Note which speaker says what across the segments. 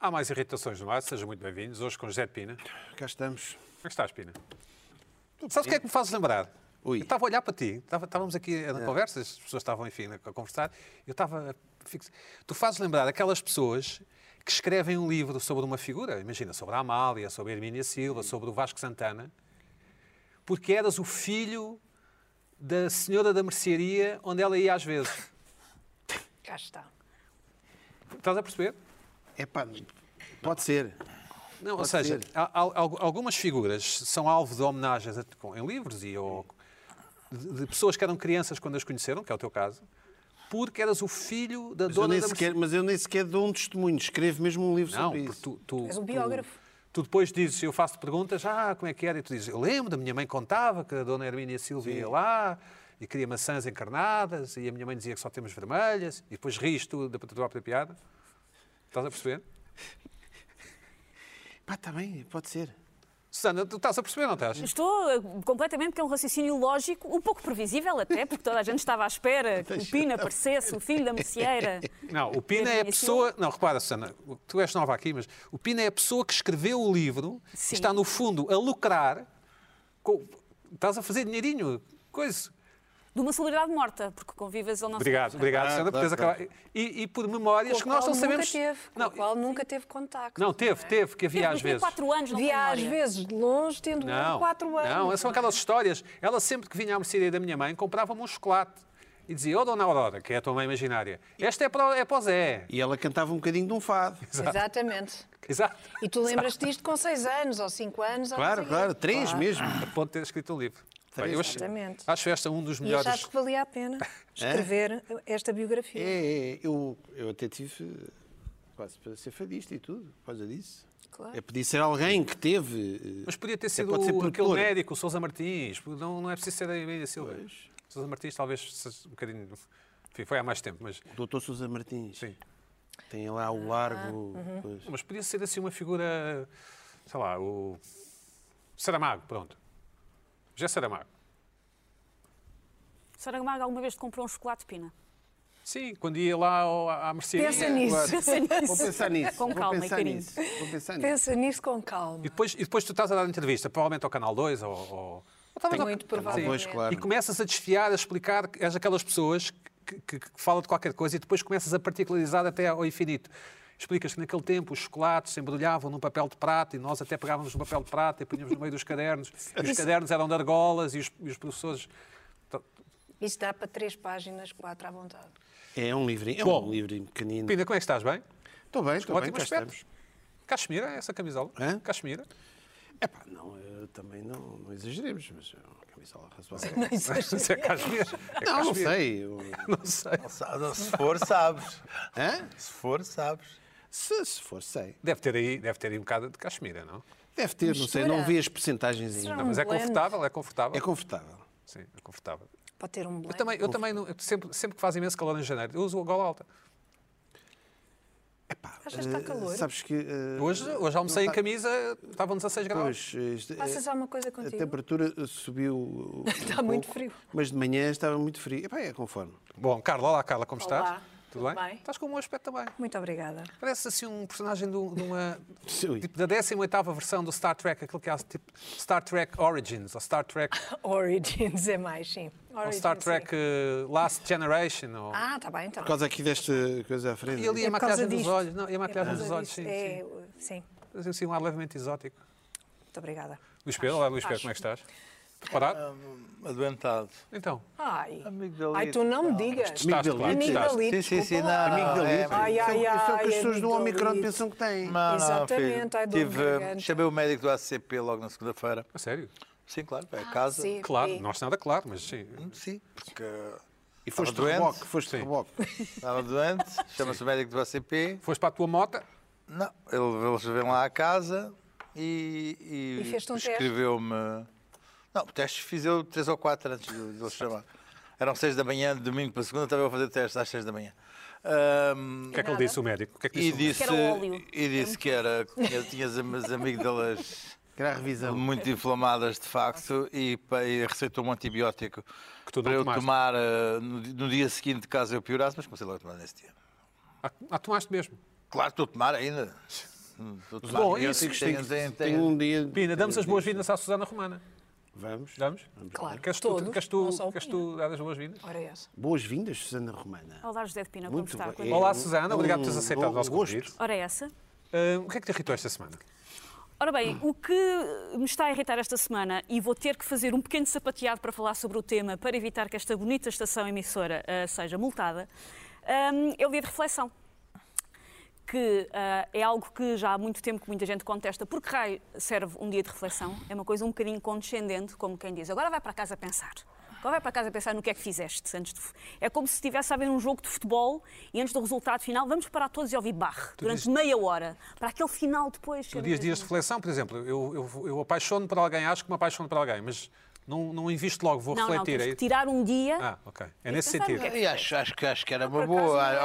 Speaker 1: Há mais irritações no ar, sejam muito bem-vindos. Hoje com José de Pina. Como
Speaker 2: Cá estamos.
Speaker 1: é que estás, Pina? Sabes o que é que me fazes lembrar?
Speaker 2: Ui.
Speaker 1: Eu estava a olhar para ti, Estava- estávamos aqui na conversa, as pessoas estavam, enfim, a conversar, eu estava. a fix- Tu fazes lembrar aquelas pessoas que escrevem um livro sobre uma figura, imagina, sobre a Amália, sobre a Hermínia Silva, sobre o Vasco Santana, porque eras o filho da senhora da mercearia onde ela ia às vezes.
Speaker 3: Cá está.
Speaker 1: Estás a perceber?
Speaker 2: É pá, pode ser.
Speaker 1: Não, ou
Speaker 2: Pode
Speaker 1: seja,
Speaker 2: ser.
Speaker 1: há- há- al- algumas figuras são alvo de homenagens a- com- em livros e ou, de, de pessoas que eram crianças quando as conheceram, que é o teu caso, porque eras o filho da
Speaker 2: Mas eu,
Speaker 1: dona
Speaker 2: nem
Speaker 1: da
Speaker 2: sequer, mas eu nem sequer dou um testemunho. Escrevo mesmo um livro
Speaker 1: Não,
Speaker 2: sobre
Speaker 1: porque
Speaker 2: isso.
Speaker 1: tu, tu,
Speaker 3: És um
Speaker 1: tu-
Speaker 3: biógrafo.
Speaker 1: Tu, depois dizes, eu faço perguntas, ah, como é que era? E tu dizes, eu lembro, da minha mãe contava que a dona Hermínia Silva ia lá e queria maçãs encarnadas e a minha mãe dizia que só temos vermelhas e depois rires tu da tua própria piada. Estás a perceber?
Speaker 2: Pá, está bem, pode ser.
Speaker 1: Susana, tu estás a perceber, não estás?
Speaker 4: Estou eh, completamente porque é um raciocínio lógico, um pouco previsível até, porque toda a gente estava à espera que o Pina aparecesse, o filho da merceeira.
Speaker 1: Não, o Pina é a
Speaker 4: Hermínia
Speaker 1: pessoa. Não, repara, Susana, tu és nova aqui, mas o Pina é a pessoa que escreveu o livro, que
Speaker 4: Sim.
Speaker 1: está no fundo a lucrar. com- Estás a fazer dinheirinho, coisa.
Speaker 4: De uma celebridade morta, porque convivas ele não se-
Speaker 1: Obrigado, obrigado,
Speaker 2: Ah,
Speaker 1: Susana, por teres
Speaker 2: claro,
Speaker 1: acabado. E, e por memórias que nós não
Speaker 3: nunca
Speaker 1: sabemos.
Speaker 3: Teve, com
Speaker 1: não,
Speaker 3: o qual nunca teve contacto.
Speaker 1: não, teve, teve, que
Speaker 4: Teve
Speaker 1: havia às vezes.
Speaker 4: 24 anos, não tem
Speaker 3: Via às
Speaker 4: memória.
Speaker 3: vezes de longe, tendo
Speaker 1: Não, é
Speaker 3: 4 anos.
Speaker 1: não, são aquelas histórias. Ela sempre que vinha à mercearia da minha mãe comprava-me um chocolate e dizia: Oh, Dona Aurora, que é a tua mãe imaginária, esta é para, o- é para o Zé.
Speaker 2: E ela cantava um bocadinho de um fado.
Speaker 3: Exatamente.
Speaker 1: Exato.
Speaker 3: E tu lembras-te disto com 6 anos ou 5 anos? ou
Speaker 2: Claro,
Speaker 3: não sei
Speaker 2: claro,
Speaker 3: quê.
Speaker 2: três mesmo.
Speaker 1: a ponto de ter escrito um livro. Bem, eu acho,
Speaker 3: Exatamente.
Speaker 1: acho esta um dos
Speaker 3: E
Speaker 1: melhores. É?
Speaker 3: achaste que valia a pena escrever esta
Speaker 2: É,
Speaker 3: biografia?
Speaker 2: é, eu, eu até tive eh, quase para ser fadista e tudo, por causa disso.
Speaker 3: Claro.
Speaker 2: É podia ser alguém que teve. eh,
Speaker 1: Mas podia ter
Speaker 2: até
Speaker 1: sido
Speaker 2: pode ser
Speaker 1: aquele
Speaker 2: produtor.
Speaker 1: médico, o Sousa Martins. Não, não é preciso ser a Emília Silva. Sousa Martins talvez seja um bocadinho... Enfim, foi há mais tempo, mas...
Speaker 2: Doutor Sousa Martins.
Speaker 1: Sim.
Speaker 2: Tem lá o largo. pois.
Speaker 1: Mas podia ser assim uma figura... Sei lá, o... Saramago, pronto. Já Saramago.
Speaker 4: Saramago alguma vez te comprou um chocolate, Pina?
Speaker 1: Sim, quando ia lá ao- à à mercearia...
Speaker 3: Pensa nisso.
Speaker 4: Pensa nisso.
Speaker 2: Vou pensar nisso.
Speaker 4: Com
Speaker 2: vou
Speaker 4: calma e
Speaker 2: pensar
Speaker 4: carinho.
Speaker 2: nisso, Vou pensar nisso.
Speaker 3: Pensa nisso com calma.
Speaker 1: E depois, e depois tu estás a dar entrevista, provavelmente ao Canal 2 ou... ou... ou talvez ao-
Speaker 3: Muito
Speaker 2: Canal
Speaker 3: provável.
Speaker 2: dois, claro.
Speaker 1: E começas a desfiar, a explicar, que és aquelas pessoas que, que, que falam de qualquer coisa e depois começas a particularizar até ao infinito. Explicas que naquele tempo os chocolates se embrulhavam num papel de prata e nós até pegávamos no papel de prata e punhamos no meio dos cadernos. E os cadernos eram de argolas e os, e os professores.
Speaker 3: Isto dá para 3 páginas, 4 à vontade.
Speaker 2: É um livrinho, é
Speaker 1: Bom,
Speaker 2: um livrinho pequenino.
Speaker 1: Pina, como é que estás? Bem?
Speaker 2: Estou bem, estou bem,
Speaker 1: Ótimo
Speaker 2: cá
Speaker 1: aspecto.
Speaker 2: estamos.
Speaker 1: Cachemira, essa camisola?
Speaker 2: Hã?
Speaker 1: Cachemira.
Speaker 2: Epá, não, eu também não, não exageremos, mas é uma camisola razoável.
Speaker 1: Isso é cachemira. É
Speaker 2: Não, não
Speaker 1: cachemira.
Speaker 2: sei. eu-
Speaker 1: Não sei.
Speaker 5: Sabe, Se for, sabes.
Speaker 2: Hã?
Speaker 5: Se for, sabes.
Speaker 2: Se, se for, sei.
Speaker 1: Deve ter, aí, deve ter aí um bocado de cachemira, não?
Speaker 2: Deve ter, não sei, não vi as percentagens ainda.
Speaker 1: Não, mas é
Speaker 3: blend.
Speaker 1: confortável, é confortável.
Speaker 2: É confortável.
Speaker 1: Sim, é confortável.
Speaker 3: Pode ter um
Speaker 1: Eu
Speaker 3: blend.
Speaker 1: também, eu também não- eu sempre, sempre que faz imenso calor em janeiro, eu uso a gola alta.
Speaker 2: Epá,
Speaker 3: Achas que está
Speaker 2: eh,
Speaker 3: calor?
Speaker 2: Sabes que... eh,
Speaker 1: Hoje, hoje almocei em
Speaker 2: tá-
Speaker 1: camisa, estavam 16 graus.
Speaker 2: Pois, eh, isto-
Speaker 3: Passas
Speaker 2: eh,
Speaker 3: alguma coisa
Speaker 2: a
Speaker 3: contigo?
Speaker 2: temperatura eh, subiu um
Speaker 3: Está muito
Speaker 2: pouco,
Speaker 3: frio.
Speaker 2: Mas de manhã estava muito frio. Epá, é conforme.
Speaker 1: Bom, Carla, olá Carla, como
Speaker 4: Olá,
Speaker 1: estás?
Speaker 4: tudo bem?
Speaker 1: Estás com um bom aspecto também.
Speaker 3: Muito obrigada.
Speaker 1: Parece assim um personagem de, um- de uma.
Speaker 2: Sim.
Speaker 1: Tipo, da 18 versão do Star Trek, aquele que é tipo Star Trek Origins, ou Star Trek,
Speaker 3: Origins é mais, sim.
Speaker 1: ou
Speaker 3: Origins,
Speaker 1: Star
Speaker 3: sim.
Speaker 1: Trek eh, Last Generation. Ou...
Speaker 3: Ah, está bem,
Speaker 2: Por
Speaker 3: está bem.
Speaker 2: causa aqui desta coisa à frente.
Speaker 1: e ali a
Speaker 3: por causa
Speaker 1: maquiagem dos
Speaker 3: disto.
Speaker 1: olhos. Não, e a
Speaker 3: É por
Speaker 1: maquiagem
Speaker 3: causa
Speaker 1: dos olhos,
Speaker 3: disto.
Speaker 1: sim.
Speaker 3: É, uh, sim.
Speaker 1: sim. Assim, um ar levemente exótico.
Speaker 3: Muito obrigada.
Speaker 1: Luís Pedro, olá Luís Pedro,
Speaker 3: acho.
Speaker 1: como é que estás? Preparado?
Speaker 5: Adoentado.
Speaker 1: Então,
Speaker 3: Ai,
Speaker 5: Amigdalito.
Speaker 3: ai tu não me digas.
Speaker 1: estás,
Speaker 2: Miguelito.
Speaker 1: claro, estás.
Speaker 3: Amigdalito.
Speaker 5: Sim, sim, sim.
Speaker 3: desculpa
Speaker 5: Não,
Speaker 3: lá.
Speaker 5: é,
Speaker 2: Amigdalito.
Speaker 3: Ai, ai,
Speaker 2: Isso é o- isso é o que
Speaker 3: ai,
Speaker 2: as pessoas do
Speaker 3: amigdalito.
Speaker 2: Omicron pensam que têm.
Speaker 5: não, não,
Speaker 3: Exatamente,
Speaker 5: filho.
Speaker 3: ai, dor de
Speaker 5: Tive, eh,
Speaker 3: garganta.
Speaker 5: Chamei o médico do ACP logo na segunda-feira.
Speaker 1: A sério?
Speaker 5: Sim, claro, é a casa.
Speaker 3: Ah, sim.
Speaker 1: Claro,
Speaker 3: Sim.
Speaker 1: não acho nada claro, mas sim.
Speaker 5: Sim, porque
Speaker 2: E foste de
Speaker 5: Estava doente?
Speaker 2: reboque, foste de
Speaker 1: Sim.
Speaker 2: reboque.
Speaker 5: estava doente, chama-se o médico do ACP.
Speaker 1: Foste para a tua mota,
Speaker 5: Não, ele- eles vêm lá à casa e, e,
Speaker 3: E fez-te um teste?
Speaker 5: escreveu-me. Não, o teste fiz eu três ou quatro antes de, de eles chamar. Eram seis da manhã, de domingo para segunda, estava eu a fazer teste às seis da manhã. Ahm,
Speaker 1: o que é que ele disse o médico? O que é que
Speaker 5: e
Speaker 1: disse o médico?
Speaker 5: disse,
Speaker 4: Que era óleo.
Speaker 5: e disse que era, tinha, tinha as am- as amígdalas
Speaker 2: Que era a revisão.
Speaker 5: muito inflamadas de facto e, pa- e receitou um antibiótico
Speaker 1: Que tu não
Speaker 5: para eu
Speaker 1: tomaste.
Speaker 5: tomar eh, no, di- no dia seguinte caso eu piorasse, mas comecei logo a tomar nesse dia.
Speaker 1: Ah, ah, tomaste mesmo.
Speaker 5: Claro, estou a tomar ainda. Hum, Estou a tomar
Speaker 1: Bom,
Speaker 5: antibióticos,
Speaker 1: isso,
Speaker 5: tenho- tenho-
Speaker 2: Tenho um dia.
Speaker 1: Pina, damos as boas-vindas à Susana Romana.
Speaker 2: Vamos.
Speaker 1: Damos?
Speaker 3: Claro,
Speaker 1: Queres tu,
Speaker 3: todos,
Speaker 1: queres
Speaker 3: não
Speaker 1: tu,
Speaker 3: só o
Speaker 1: queres
Speaker 3: Pina.
Speaker 1: tu dar as boas-vindas?
Speaker 3: Ora, é essa.
Speaker 2: Boas-vindas, Susana Romana.
Speaker 4: Olá, José de Pina, como
Speaker 2: Muito
Speaker 4: está?
Speaker 2: bem.
Speaker 1: Olá,
Speaker 2: um-
Speaker 1: Susana, obrigado por teres
Speaker 2: um
Speaker 1: aceitado o nosso
Speaker 2: gosto.
Speaker 1: convite.
Speaker 4: Ora, é essa.
Speaker 1: Ah, o que é que te irritou esta semana?
Speaker 4: Ora bem, o que me está a irritar esta semana, e vou ter que fazer um pequeno sapateado para falar sobre o tema, para evitar que esta bonita estação emissora ah, seja multada, hum, é o dia de reflexão. Que ah, é algo que já há muito tempo que muita gente contesta. Por que raio serve um dia de reflexão? É uma coisa um bocadinho condescendente, como quem diz. Agora vai para casa pensar. Agora vai para casa pensar no que é que fizeste. Antes de... É como se estivesse a haver um jogo de futebol e antes do resultado final vamos parar todos e ouvir barre durante
Speaker 1: dizes-
Speaker 4: meia hora. Para aquele final depois.
Speaker 1: Tu
Speaker 4: ser
Speaker 1: dias
Speaker 4: mesmo-
Speaker 1: dias de reflexão, por exemplo, eu, eu, eu apaixono por alguém, acho que me apaixono por alguém, mas não, não invisto logo, vou
Speaker 4: Não, não,
Speaker 1: refletir.
Speaker 4: tens
Speaker 1: aí.
Speaker 4: que tirar um dia.
Speaker 1: Ah, ok. É nesse
Speaker 4: pensar no
Speaker 1: sentido.
Speaker 4: que é
Speaker 5: E acho, acho, que, acho que era uma
Speaker 4: Por acaso,
Speaker 5: boa.
Speaker 4: não.
Speaker 5: Olha,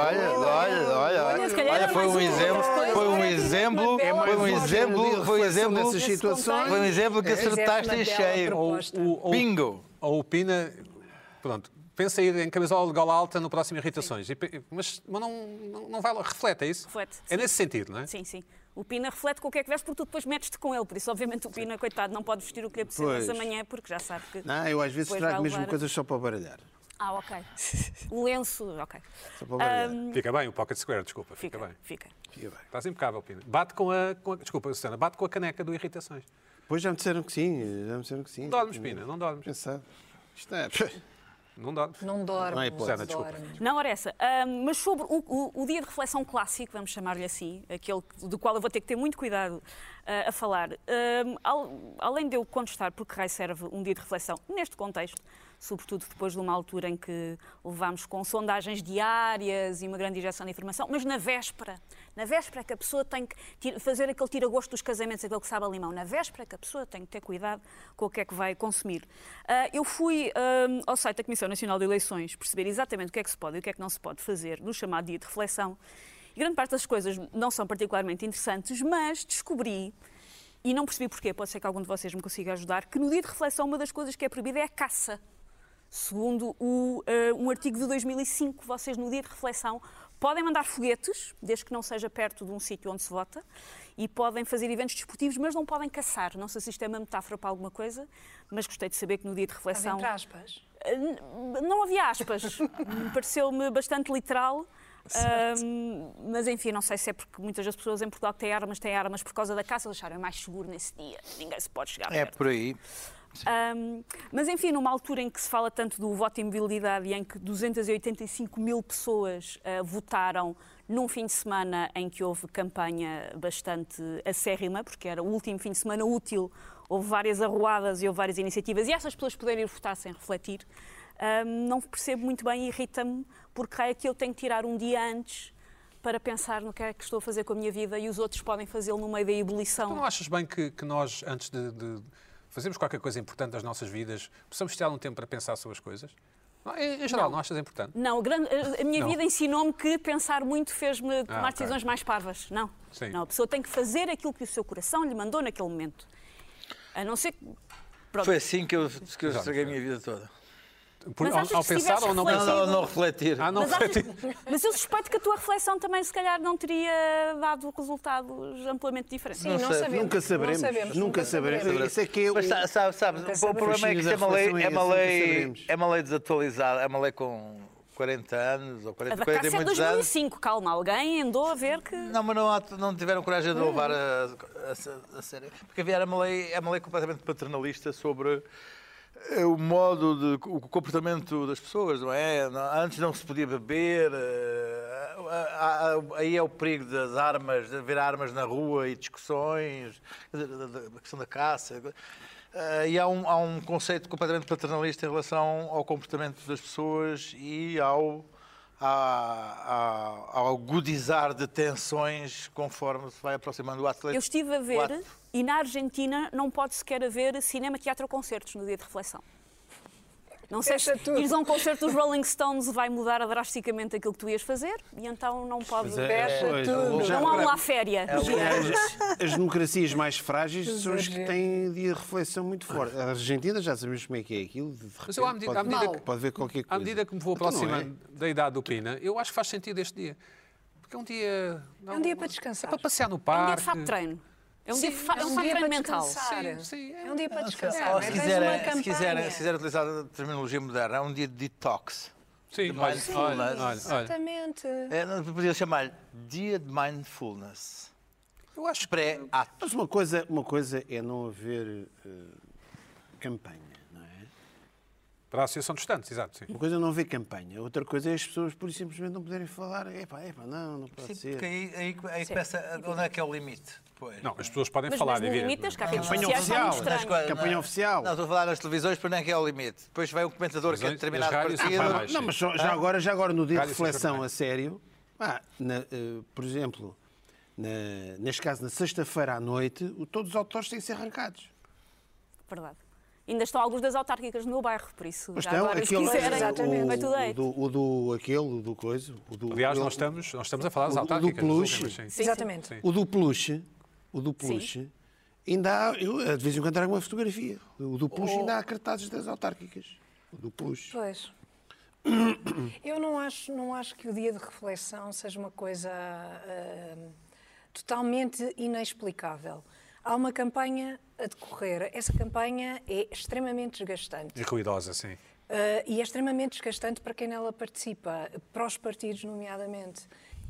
Speaker 5: olha, olha,
Speaker 4: Olha, se calhar
Speaker 5: olha.
Speaker 4: era
Speaker 5: Olha, foi
Speaker 4: mais
Speaker 5: um
Speaker 4: uma
Speaker 5: exemplo,
Speaker 4: das coisas.
Speaker 5: foi um
Speaker 4: Olha,
Speaker 5: exemplo,
Speaker 4: é mais
Speaker 5: foi um
Speaker 4: uma
Speaker 5: exemplo, foi um exemplo,
Speaker 2: Nessas
Speaker 4: Nesse
Speaker 2: situações.
Speaker 5: foi um exemplo que
Speaker 3: Fizeste
Speaker 5: acertaste
Speaker 3: é uma
Speaker 5: em
Speaker 3: bela
Speaker 5: cheio.
Speaker 1: Ou,
Speaker 3: proposta.
Speaker 1: ou- ou-
Speaker 5: Bingo!
Speaker 1: ou o Pina, pronto, pensa em ir em camisola de gola alta no próximo Irritações, E pe- mas, mas não, não, não vai lá, reflete, é isso?
Speaker 4: Reflete,
Speaker 1: É nesse sentido, não é?
Speaker 4: Sim, sim. O Pina reflete com o que é que veste, porque tu depois metes-te com ele. Por isso, obviamente, o Pina, coitado, não pode vestir o que lhe apetecer
Speaker 2: Pois.
Speaker 4: mas amanhã, porque já sabe que.
Speaker 2: Não, eu às vezes
Speaker 4: depois
Speaker 2: trago
Speaker 4: vai
Speaker 2: mesmo
Speaker 4: levar-
Speaker 2: coisas só para baralhar.
Speaker 4: Ah, ok. O lenço, ok.
Speaker 2: Só para baralhar.
Speaker 1: Fica bem o Pocket Square, desculpa, fica,
Speaker 4: Fica,
Speaker 1: bem.
Speaker 4: fica.
Speaker 2: Fica bem.
Speaker 1: Estás impecável, Pina. Bate com a, com a- Desculpa, Susana, bate com a caneca do Irritações.
Speaker 2: Pois já me disseram que sim, já me disseram que sim.
Speaker 1: Não dormes, Pina, não dormes.
Speaker 2: Pensado. Isto é.
Speaker 1: Não dormes.
Speaker 3: Não dorme.
Speaker 2: Não há hipótese.
Speaker 1: Susana, desculpa.
Speaker 3: dorme.
Speaker 4: Não, ora essa. Ahm, mas sobre o, o- o dia de reflexão clássico, vamos chamar-lhe assim, aquele do qual eu vou ter que ter muito cuidado ah, a falar. Ahm, al- além de eu contestar porque raio serve um dia de reflexão neste contexto, sobretudo depois de uma altura em que levámos com sondagens diárias e uma grande injeção de informação, mas na véspera, na véspera é que a pessoa tem que tir- fazer aquele tira-gosto dos casamentos, aquele que sabe a limão, na véspera é que a pessoa tem que ter cuidado com o que é que vai consumir. Ah, eu fui ahm, ao site da Comissão Nacional de Eleições perceber exatamente o que é que se pode e o que é que não se pode fazer no chamado dia de reflexão. E grande parte das coisas não são particularmente interessantes, mas descobri, e não percebi porquê, pode ser que algum de vocês me consiga ajudar, que no dia de reflexão uma das coisas que é proibida é a caça. Segundo o, eh, um artigo de 2005, vocês no dia de reflexão podem mandar foguetes, desde que não seja perto de um sítio onde se vota, e podem fazer eventos desportivos, mas não podem caçar. Não sei se isto é uma metáfora para alguma coisa, mas gostei de saber que no dia de
Speaker 3: Estava
Speaker 4: reflexão
Speaker 3: entre aspas.
Speaker 4: eh, n- não havia aspas. Me Pareceu-me bastante literal. Ahm, mas enfim, não sei se é porque muitas das pessoas em Portugal que têm armas têm armas por causa da caça, eles acharam "É mais seguro nesse dia, ninguém se pode chegar
Speaker 5: É
Speaker 4: perto.
Speaker 5: por aí.
Speaker 4: Ahm, mas enfim, numa altura em que se fala tanto do voto em mobilidade e em que 285 mil pessoas ah, votaram num fim de semana em que houve campanha bastante acérrima, porque era o último fim de semana útil, houve várias arruadas e houve várias iniciativas, e essas pessoas poderem ir votar sem refletir, ahm, não percebo muito bem e irrita-me, porque é que eu tenho que tirar um dia antes para pensar no que é que estou a fazer com a minha vida e os outros podem fazê-lo no meio da
Speaker 1: Tu
Speaker 4: ebulição.
Speaker 1: não achas bem que, que nós, antes de, de fazermos qualquer coisa importante das nossas vidas, possamos tirar um tempo para pensar sobre as coisas? Não, Em, em geral, não achas importante?
Speaker 4: Não, a, grande- eh, a- a minha
Speaker 1: Não. Ah,
Speaker 4: vida ensinou-me que pensar muito fez-me tomar
Speaker 1: ok.
Speaker 4: decisões mais parvas. Não.
Speaker 1: Sim.
Speaker 4: Não, a pessoa tem que fazer aquilo que o seu coração lhe mandou naquele momento. A não ser que. Pronto.
Speaker 5: Foi assim que eu, que eu estraguei a minha vida toda.
Speaker 1: Por-
Speaker 4: Mas
Speaker 1: ao,
Speaker 4: achas
Speaker 1: ao
Speaker 4: que se
Speaker 1: pensar
Speaker 4: tivesse
Speaker 1: ou não
Speaker 5: Não,
Speaker 1: pensar?
Speaker 5: não, não refletir.
Speaker 1: Ah, não
Speaker 4: Mas,
Speaker 1: foi
Speaker 4: achas- mas eu suspeito que a tua reflexão também, se calhar, não teria dado resultados amplamente diferentes.
Speaker 3: Sim, não,
Speaker 5: sei,
Speaker 3: sabemos.
Speaker 2: Nunca saberemos.
Speaker 3: Não sabemos.
Speaker 2: Nunca saberemos. Isso é que é
Speaker 5: Mas
Speaker 2: o-
Speaker 5: sa- sabe, sabe,
Speaker 3: Nunca
Speaker 5: o
Speaker 3: saberemos.
Speaker 5: problema é que
Speaker 2: Os
Speaker 5: isto é uma
Speaker 2: filhos da
Speaker 5: lei, é uma
Speaker 2: relação é essa, nunca
Speaker 5: lei,
Speaker 2: saberemos.
Speaker 5: é uma lei desatualizada, é uma lei com 40 anos ou
Speaker 4: A
Speaker 5: 40,
Speaker 4: da
Speaker 5: 40
Speaker 4: caça
Speaker 5: e
Speaker 4: é de
Speaker 5: muitos anos.
Speaker 4: 2005, calma. Alguém andou a ver que.
Speaker 5: Não, mas não, há- não tiveram coragem
Speaker 4: Hum.
Speaker 5: de levar a, a- a- a sério. Porque havia era uma lei, é uma lei completamente paternalista sobre eh, o modo de o comportamento das pessoas, não é? Não- Antes não se podia beber, eh, há- há- aí é o perigo das armas, de haver armas na rua e discussões, quer dizer, da, da- da questão da caça. Eh, e há um, há um conceito completamente paternalista em relação ao comportamento das pessoas e ao, à- à- ao agudizar de tensões conforme se vai aproximando o atleta.
Speaker 4: Eu estive a ver
Speaker 5: Quatro.
Speaker 4: e na Argentina não pode sequer haver cinema, teatro ou concertos no dia de reflexão. Não sei se
Speaker 3: Fecha tudo.
Speaker 4: ires a um concerto dos Rolling Stones vai mudar drasticamente aquilo que tu ias fazer e então não pode.
Speaker 5: é-
Speaker 3: Fecha
Speaker 2: Pois,
Speaker 3: tudo.
Speaker 5: já-
Speaker 4: Não há um lá
Speaker 2: é
Speaker 4: féria.
Speaker 2: As, as democracias mais frágeis são as que
Speaker 3: Exagero.
Speaker 2: têm um dia de reflexão muito forte. A Argentina já sabemos como é que é aquilo. De repente,
Speaker 1: Mas eu, à medida-
Speaker 2: pode,
Speaker 1: à medida
Speaker 2: pode ver qualquer coisa.
Speaker 1: À medida que me vou
Speaker 2: Então não é.
Speaker 1: aproximando da idade do Pina, eu acho que faz sentido este dia. Porque é um dia. não,
Speaker 3: um dia para
Speaker 1: É
Speaker 3: descansar.
Speaker 1: para passear no
Speaker 4: É um dia
Speaker 1: parque.
Speaker 4: de fato de treino. É um dia de fa- é um fato de treino
Speaker 3: para
Speaker 4: mental.
Speaker 3: descansar.
Speaker 1: Sim, sim, é-
Speaker 3: É um dia para descansar.
Speaker 5: Ou
Speaker 3: não é?
Speaker 5: se
Speaker 3: Tens uma
Speaker 5: quiserem, se,
Speaker 3: campanha.
Speaker 5: quiserem, se quiserem utilizar a terminologia moderna, é um dia de detox.
Speaker 1: Sim,
Speaker 5: de
Speaker 1: olha,
Speaker 5: mindfulness.
Speaker 1: olha, olha, olha.
Speaker 3: Exatamente.
Speaker 5: É, não podia chamar-lhe dia de mindfulness.
Speaker 1: Eu acho que
Speaker 5: Pré-ato.
Speaker 2: Mas uma coisa, uma coisa é não haver eh, campanha, não é?
Speaker 1: para a Associação dos Tantos, exato. Sim.
Speaker 2: Uma coisa é não haver campanha, outra coisa é as pessoas por simplesmente não poderem falar. Epá, epá, não, não pode
Speaker 5: Sim,
Speaker 2: ser.
Speaker 5: porque aí, aí, aí começa. a- Onde é que é o limite? Depois.
Speaker 1: Não, as pessoas podem
Speaker 4: Mas,
Speaker 1: falar,
Speaker 4: mas no
Speaker 1: evidente.
Speaker 4: limite das cartas
Speaker 2: Campanha
Speaker 4: sociais vai
Speaker 2: oficial.
Speaker 5: Nas
Speaker 4: mostrando.
Speaker 5: coisas,
Speaker 2: Campanha
Speaker 5: um não é?
Speaker 2: oficial.
Speaker 5: Não, estou a falar nas televisões, para onde é que é o limite? Depois vai um comentador que é
Speaker 1: as-
Speaker 5: de determinado
Speaker 1: as rádios não
Speaker 5: partido.
Speaker 1: vai mais.
Speaker 2: Não, mas só- já
Speaker 5: Ah.
Speaker 2: agora, já agora no dia de
Speaker 1: Rádio Seixas
Speaker 2: reflexão
Speaker 1: Vermelho.
Speaker 2: a sério, pá, na, eh, por exemplo, na- neste caso na sexta-feira à noite, o- todos os autores têm que ser arrancados.
Speaker 4: Verdade. Ainda estão alguns das autárquicas no meu bairro, por isso.
Speaker 2: Mas
Speaker 4: já
Speaker 2: estão,
Speaker 4: agora, se
Speaker 2: aquele,
Speaker 4: quiserem,
Speaker 3: Exatamente.
Speaker 4: vai tudo
Speaker 2: o,
Speaker 4: aí.
Speaker 2: o, do, o do aquele, o do coisa, o do,
Speaker 1: Aliás,
Speaker 2: o-
Speaker 1: nós estamos, nós estamos a falar das
Speaker 2: o do
Speaker 1: autárquicas. das
Speaker 2: peluche.
Speaker 1: últimas, sim.
Speaker 4: Sim, sim.
Speaker 3: Exatamente.
Speaker 1: Sim.
Speaker 2: o do peluche, o do peluche, ainda há, eu, de vez em quando trago uma fotografia. O do peluche ainda há
Speaker 4: Oh.
Speaker 2: cartazes das autárquicas. O do peluche.
Speaker 3: Pois. Eu não acho, não acho que o dia de reflexão seja uma coisa ah, totalmente inexplicável. Há uma campanha a decorrer. Essa campanha é extremamente desgastante.
Speaker 1: E ruidosa, sim.
Speaker 3: Ah, e é extremamente desgastante para quem nela participa, para os partidos, nomeadamente.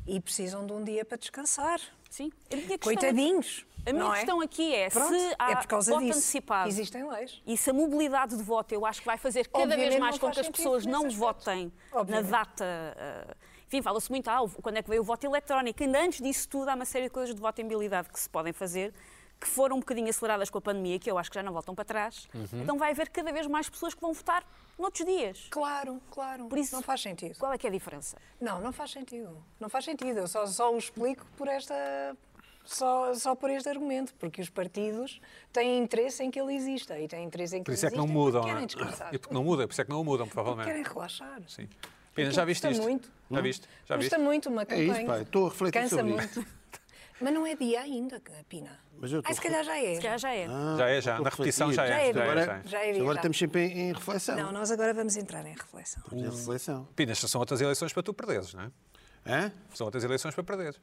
Speaker 3: E precisam de um dia para descansar.
Speaker 4: Sim. A minha questão- é-
Speaker 3: Coitadinhos.
Speaker 4: A minha
Speaker 3: não é?
Speaker 4: questão aqui é
Speaker 3: Pronto,
Speaker 4: se há
Speaker 3: é por causa
Speaker 4: voto
Speaker 3: disso.
Speaker 4: antecipado.
Speaker 3: Existem leis.
Speaker 4: E se a mobilidade de voto eu acho que vai fazer cada
Speaker 3: Obviamente
Speaker 4: vez mais
Speaker 3: não
Speaker 4: com
Speaker 3: faz
Speaker 4: que as
Speaker 3: sentido
Speaker 4: pessoas
Speaker 3: nesse
Speaker 4: não
Speaker 3: aspecto.
Speaker 4: votem
Speaker 3: Obviamente.
Speaker 4: na data. ah, enfim, fala-se muito, ah, o- quando é que veio o voto eletrónico? Ainda antes disso tudo, há uma série de coisas de voto em habilidade que se podem fazer, que foram um bocadinho aceleradas com a pandemia, que eu acho que já não voltam para trás.
Speaker 2: Uhum.
Speaker 4: Então vai haver cada vez mais pessoas que vão votar noutros dias.
Speaker 3: Claro, claro.
Speaker 4: Por isso-
Speaker 3: não faz sentido.
Speaker 4: Qual é que é a diferença?
Speaker 3: Não, não faz sentido. Não faz sentido. Eu só, só o explico por esta. Só, só por este argumento, porque os partidos têm interesse em que ele exista e têm interesse em que
Speaker 1: Por
Speaker 3: ele
Speaker 1: isso é que
Speaker 3: exista
Speaker 1: não
Speaker 3: e porque
Speaker 1: mudam. não
Speaker 3: Querem
Speaker 1: é?
Speaker 3: descansar.
Speaker 1: E porque não mudam, por isso é que não mudam, provavelmente.
Speaker 3: Querem relaxar.
Speaker 1: Sim. Pena, já viste
Speaker 3: custa
Speaker 1: isto?
Speaker 3: muito. Hum?
Speaker 1: Já viste? Já viste?
Speaker 3: Custa muito uma
Speaker 2: É isso,
Speaker 3: campanha.
Speaker 2: pá, estou a refletir
Speaker 3: Cansa
Speaker 2: sobre
Speaker 3: muito. Mas não é dia ainda, Pina.
Speaker 2: Mas eu estou
Speaker 3: Ah, se calhar já é.
Speaker 4: Se calhar já é.
Speaker 2: Ah.
Speaker 1: Já é, já.
Speaker 2: estou
Speaker 1: Na
Speaker 2: a
Speaker 1: repetição já
Speaker 2: refletir.
Speaker 3: Já
Speaker 1: é. Já
Speaker 3: é,
Speaker 1: é, já
Speaker 2: Agora,
Speaker 1: é.
Speaker 3: Já é dia,
Speaker 2: agora
Speaker 3: já.
Speaker 2: estamos sempre em, em reflexão.
Speaker 3: Não, nós agora vamos entrar em reflexão.
Speaker 2: Estamos em reflexão.
Speaker 1: Pinas, são outras eleições para tu perderes, não é?
Speaker 2: Hã?
Speaker 1: São outras eleições para perderes.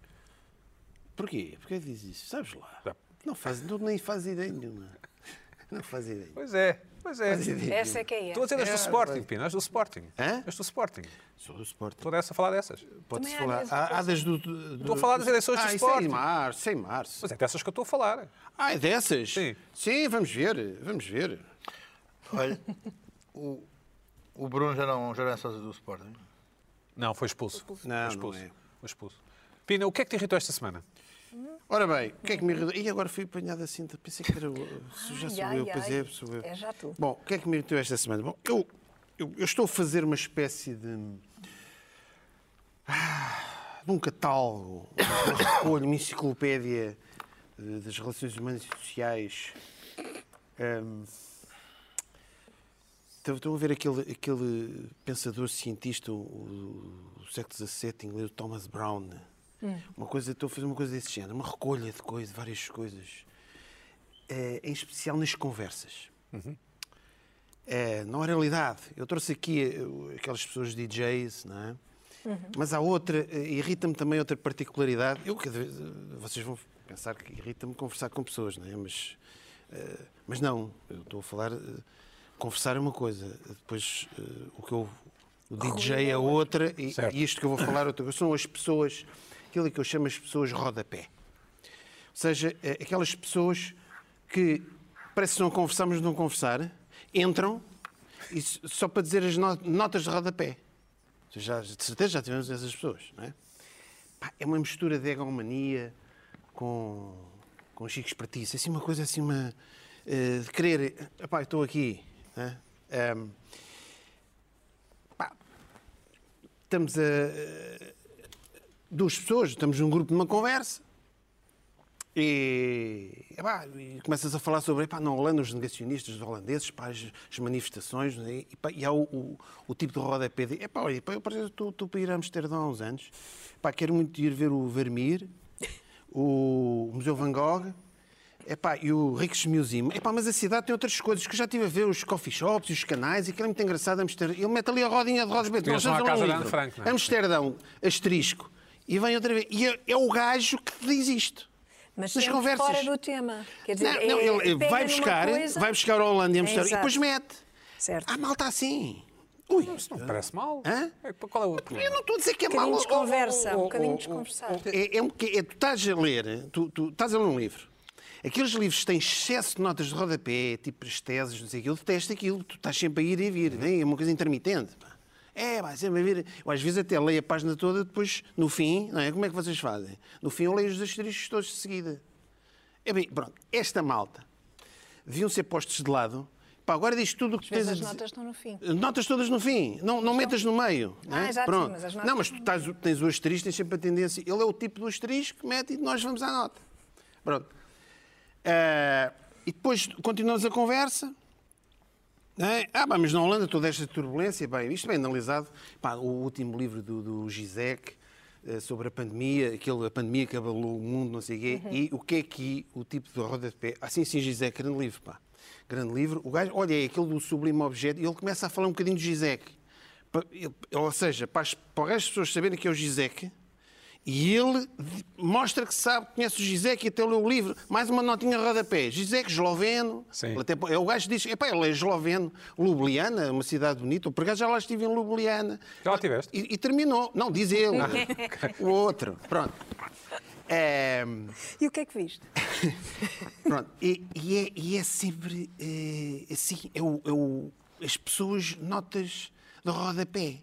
Speaker 2: Porquê? Porquê diz isso? Sabes lá?
Speaker 1: Já.
Speaker 2: Não faz, tu nem faz ideia nenhuma. Não faz ideia.
Speaker 1: Pois é, pois é.
Speaker 2: Faz ideia.
Speaker 3: Essa é que é.
Speaker 1: Estou a dizer as do Sporting, Pina, as do Sporting.
Speaker 2: Hã?
Speaker 1: As do Sporting.
Speaker 2: Sou do Sporting.
Speaker 1: Toda essa a falar dessas.
Speaker 2: Pode-se
Speaker 3: Também há
Speaker 2: falar.
Speaker 3: vezes
Speaker 2: Há, há das do, do-
Speaker 1: Estou a falar das eleições
Speaker 2: ah,
Speaker 1: do
Speaker 2: isso é
Speaker 1: Sporting.
Speaker 2: em março, sem março.
Speaker 1: Pois é, dessas que eu estou a falar.
Speaker 2: Ah, é dessas?
Speaker 1: Sim.
Speaker 2: Sim, vamos ver, vamos ver.
Speaker 5: Olha, o, o Bruno já não, já não é sócio do Sporting.
Speaker 1: Não, foi expulso.
Speaker 2: Não,
Speaker 1: foi expulso.
Speaker 2: não é.
Speaker 1: Foi expulso. Pina, o que é que te irritou esta semana?
Speaker 2: Ora bem, o que é que me irritou? E agora fui apanhado assim, pensei que era. o- se já
Speaker 3: Ai,
Speaker 2: sou
Speaker 3: ai,
Speaker 2: eu, pois é,
Speaker 3: ai.
Speaker 2: sou eu.
Speaker 3: É já tu.
Speaker 2: Bom, o que é que me irritou esta semana? Bom, eu, eu, eu estou a fazer uma espécie de. ah, de um catálogo, uma recolho, uma enciclopédia eh, das relações humanas e sociais. Ahm, Estão Então, estão a ver aquele, aquele pensador cientista o- o- do século XVII inglês, o Thomas Brown? Uma coisa, estou a fazer uma coisa desse género, uma recolha de coisas, várias coisas. Eh, em especial nas conversas. Eh, na oralidade. Eu trouxe aqui eh, o- aquelas pessoas DJs, não é? Mas há outra, eh, irrita-me também outra particularidade. Eu cada vez, eh, vocês vão pensar que irrita-me conversar com pessoas, não é? Mas, eh, mas não, eu estou a falar. eh, Conversar é uma coisa, depois eh, o que eu. O DJ é outra e,
Speaker 1: Certo.
Speaker 2: e isto que eu vou falar é outra coisa. São as pessoas, aquilo que eu chamo as pessoas rodapé. Ou seja, eh, aquelas pessoas que parece que não conversar, mas não conversar, entram e s- só para dizer as no- notas de rodapé. Ou seja, Já, de certeza já tivemos essas pessoas, não é? Pá, é uma mistura de egomania com, com chique espertice. É assim uma coisa assim, uma, eh, de querer... eh, Epá, eu estou aqui. né? Ahm, pá, estamos a... eh, Duas pessoas, estamos num grupo de uma conversa, e, epá, e começas a falar sobre epá, na Holanda, os negacionistas holandeses, pá, as, as manifestações, né? e, pá, e há o, o- o tipo de rodapé de epá, olha, pá, eu por exemplo, estou estou para ir a Amsterdão há uns anos, Epá, quero muito ir ver o Vermeer, o Museu Van Gogh. Epá, e o Rijksmuseum. Epá, mas a cidade tem outras coisas que eu já estive a ver, os coffee shops e os canais, e aquilo é muito engraçado. Amsterdão. Ele mete ali a rodinha de rodas
Speaker 1: portugueses vão à casa de Anne Frank, não é?
Speaker 2: Amsterdão, um asterisco. E vem outra vez. E é, é o gajo que diz isto.
Speaker 3: Mas
Speaker 2: Nas
Speaker 3: sempre
Speaker 2: conversas.
Speaker 3: fora do tema. Quer dizer,
Speaker 2: Não, não,
Speaker 3: é-
Speaker 2: ele
Speaker 3: pega
Speaker 2: vai
Speaker 3: numa
Speaker 2: buscar,
Speaker 3: coisa-
Speaker 2: vai buscar a Holanda e Amsterdã e
Speaker 3: Exato.
Speaker 2: depois mete.
Speaker 3: Certo.
Speaker 2: Ah, malta assim. Ui,
Speaker 1: Não parece mal.
Speaker 2: Hã?
Speaker 1: É, Qual é o problema?
Speaker 2: eu não estou a dizer que é
Speaker 3: Um bocadinho
Speaker 2: mal.
Speaker 3: de
Speaker 2: oh,
Speaker 3: conversa, um bocadinho de
Speaker 2: É, é um que é, tu estás a ler, tu, tu estás a ler um livro. Aqueles livros que têm excesso de notas de rodapé, tipo as teses, não sei o quê, eu detesto aquilo, tu estás sempre a ir e a vir, né? é uma coisa intermitente. pá. É, vai sempre a vir. Eu, às vezes até leio a página toda, depois, no fim, não é? Como é que vocês fazem? No fim eu leio os asteriscos todos de seguida. É bem, pronto, esta malta deviam ser postos de lado. Pá, agora diz tudo o que
Speaker 3: Mas
Speaker 2: tens a
Speaker 3: as
Speaker 2: dizer.
Speaker 3: notas estão no fim.
Speaker 2: Notas todas no fim, não, não metas no meio.
Speaker 3: Ah,
Speaker 2: né?
Speaker 3: exato,
Speaker 2: Pronto.
Speaker 3: sim, mas as notas
Speaker 2: Não, mas tu estás- tens o asterisco, tens sempre a tendência. Ele é o tipo do asterisco que mete e nós vamos à nota. Pronto. Ah, e depois continuamos a conversa. né? Ah, pá, mas na Holanda toda esta turbulência, bem, isto bem analisado. Pá, o último livro do, do Gizek eh, sobre a pandemia, aquele, a pandemia que abalou o mundo, não sei o quê, e o que é que o tipo de roda de pé. Ah, sim, sim, Gizek, grande livro, pá. Grande livro. O gajo, olha, é aquele do sublime objeto, e ele começa a falar um bocadinho do Gizek. Pa- ele- Ou seja, para as, para o resto das pessoas saberem que é o Gizek, e ele di- mostra que sabe, conhece o Gizek e até leu o livro. Mais uma notinha rodapé. Gizek, esloveno.
Speaker 1: Sim.
Speaker 2: Ele até, é, o gajo diz, epá, ele é esloveno. Ljubljana, uma cidade bonita. Por acaso já lá estive em Ljubljana.
Speaker 1: Já lá estiveste?
Speaker 2: E, e terminou. Não, diz ele. o outro. Pronto. É,
Speaker 3: E o que é que viste?
Speaker 2: pronto. E, e é, e é sempre eh, assim. É o, é o- as pessoas notas do rodapé.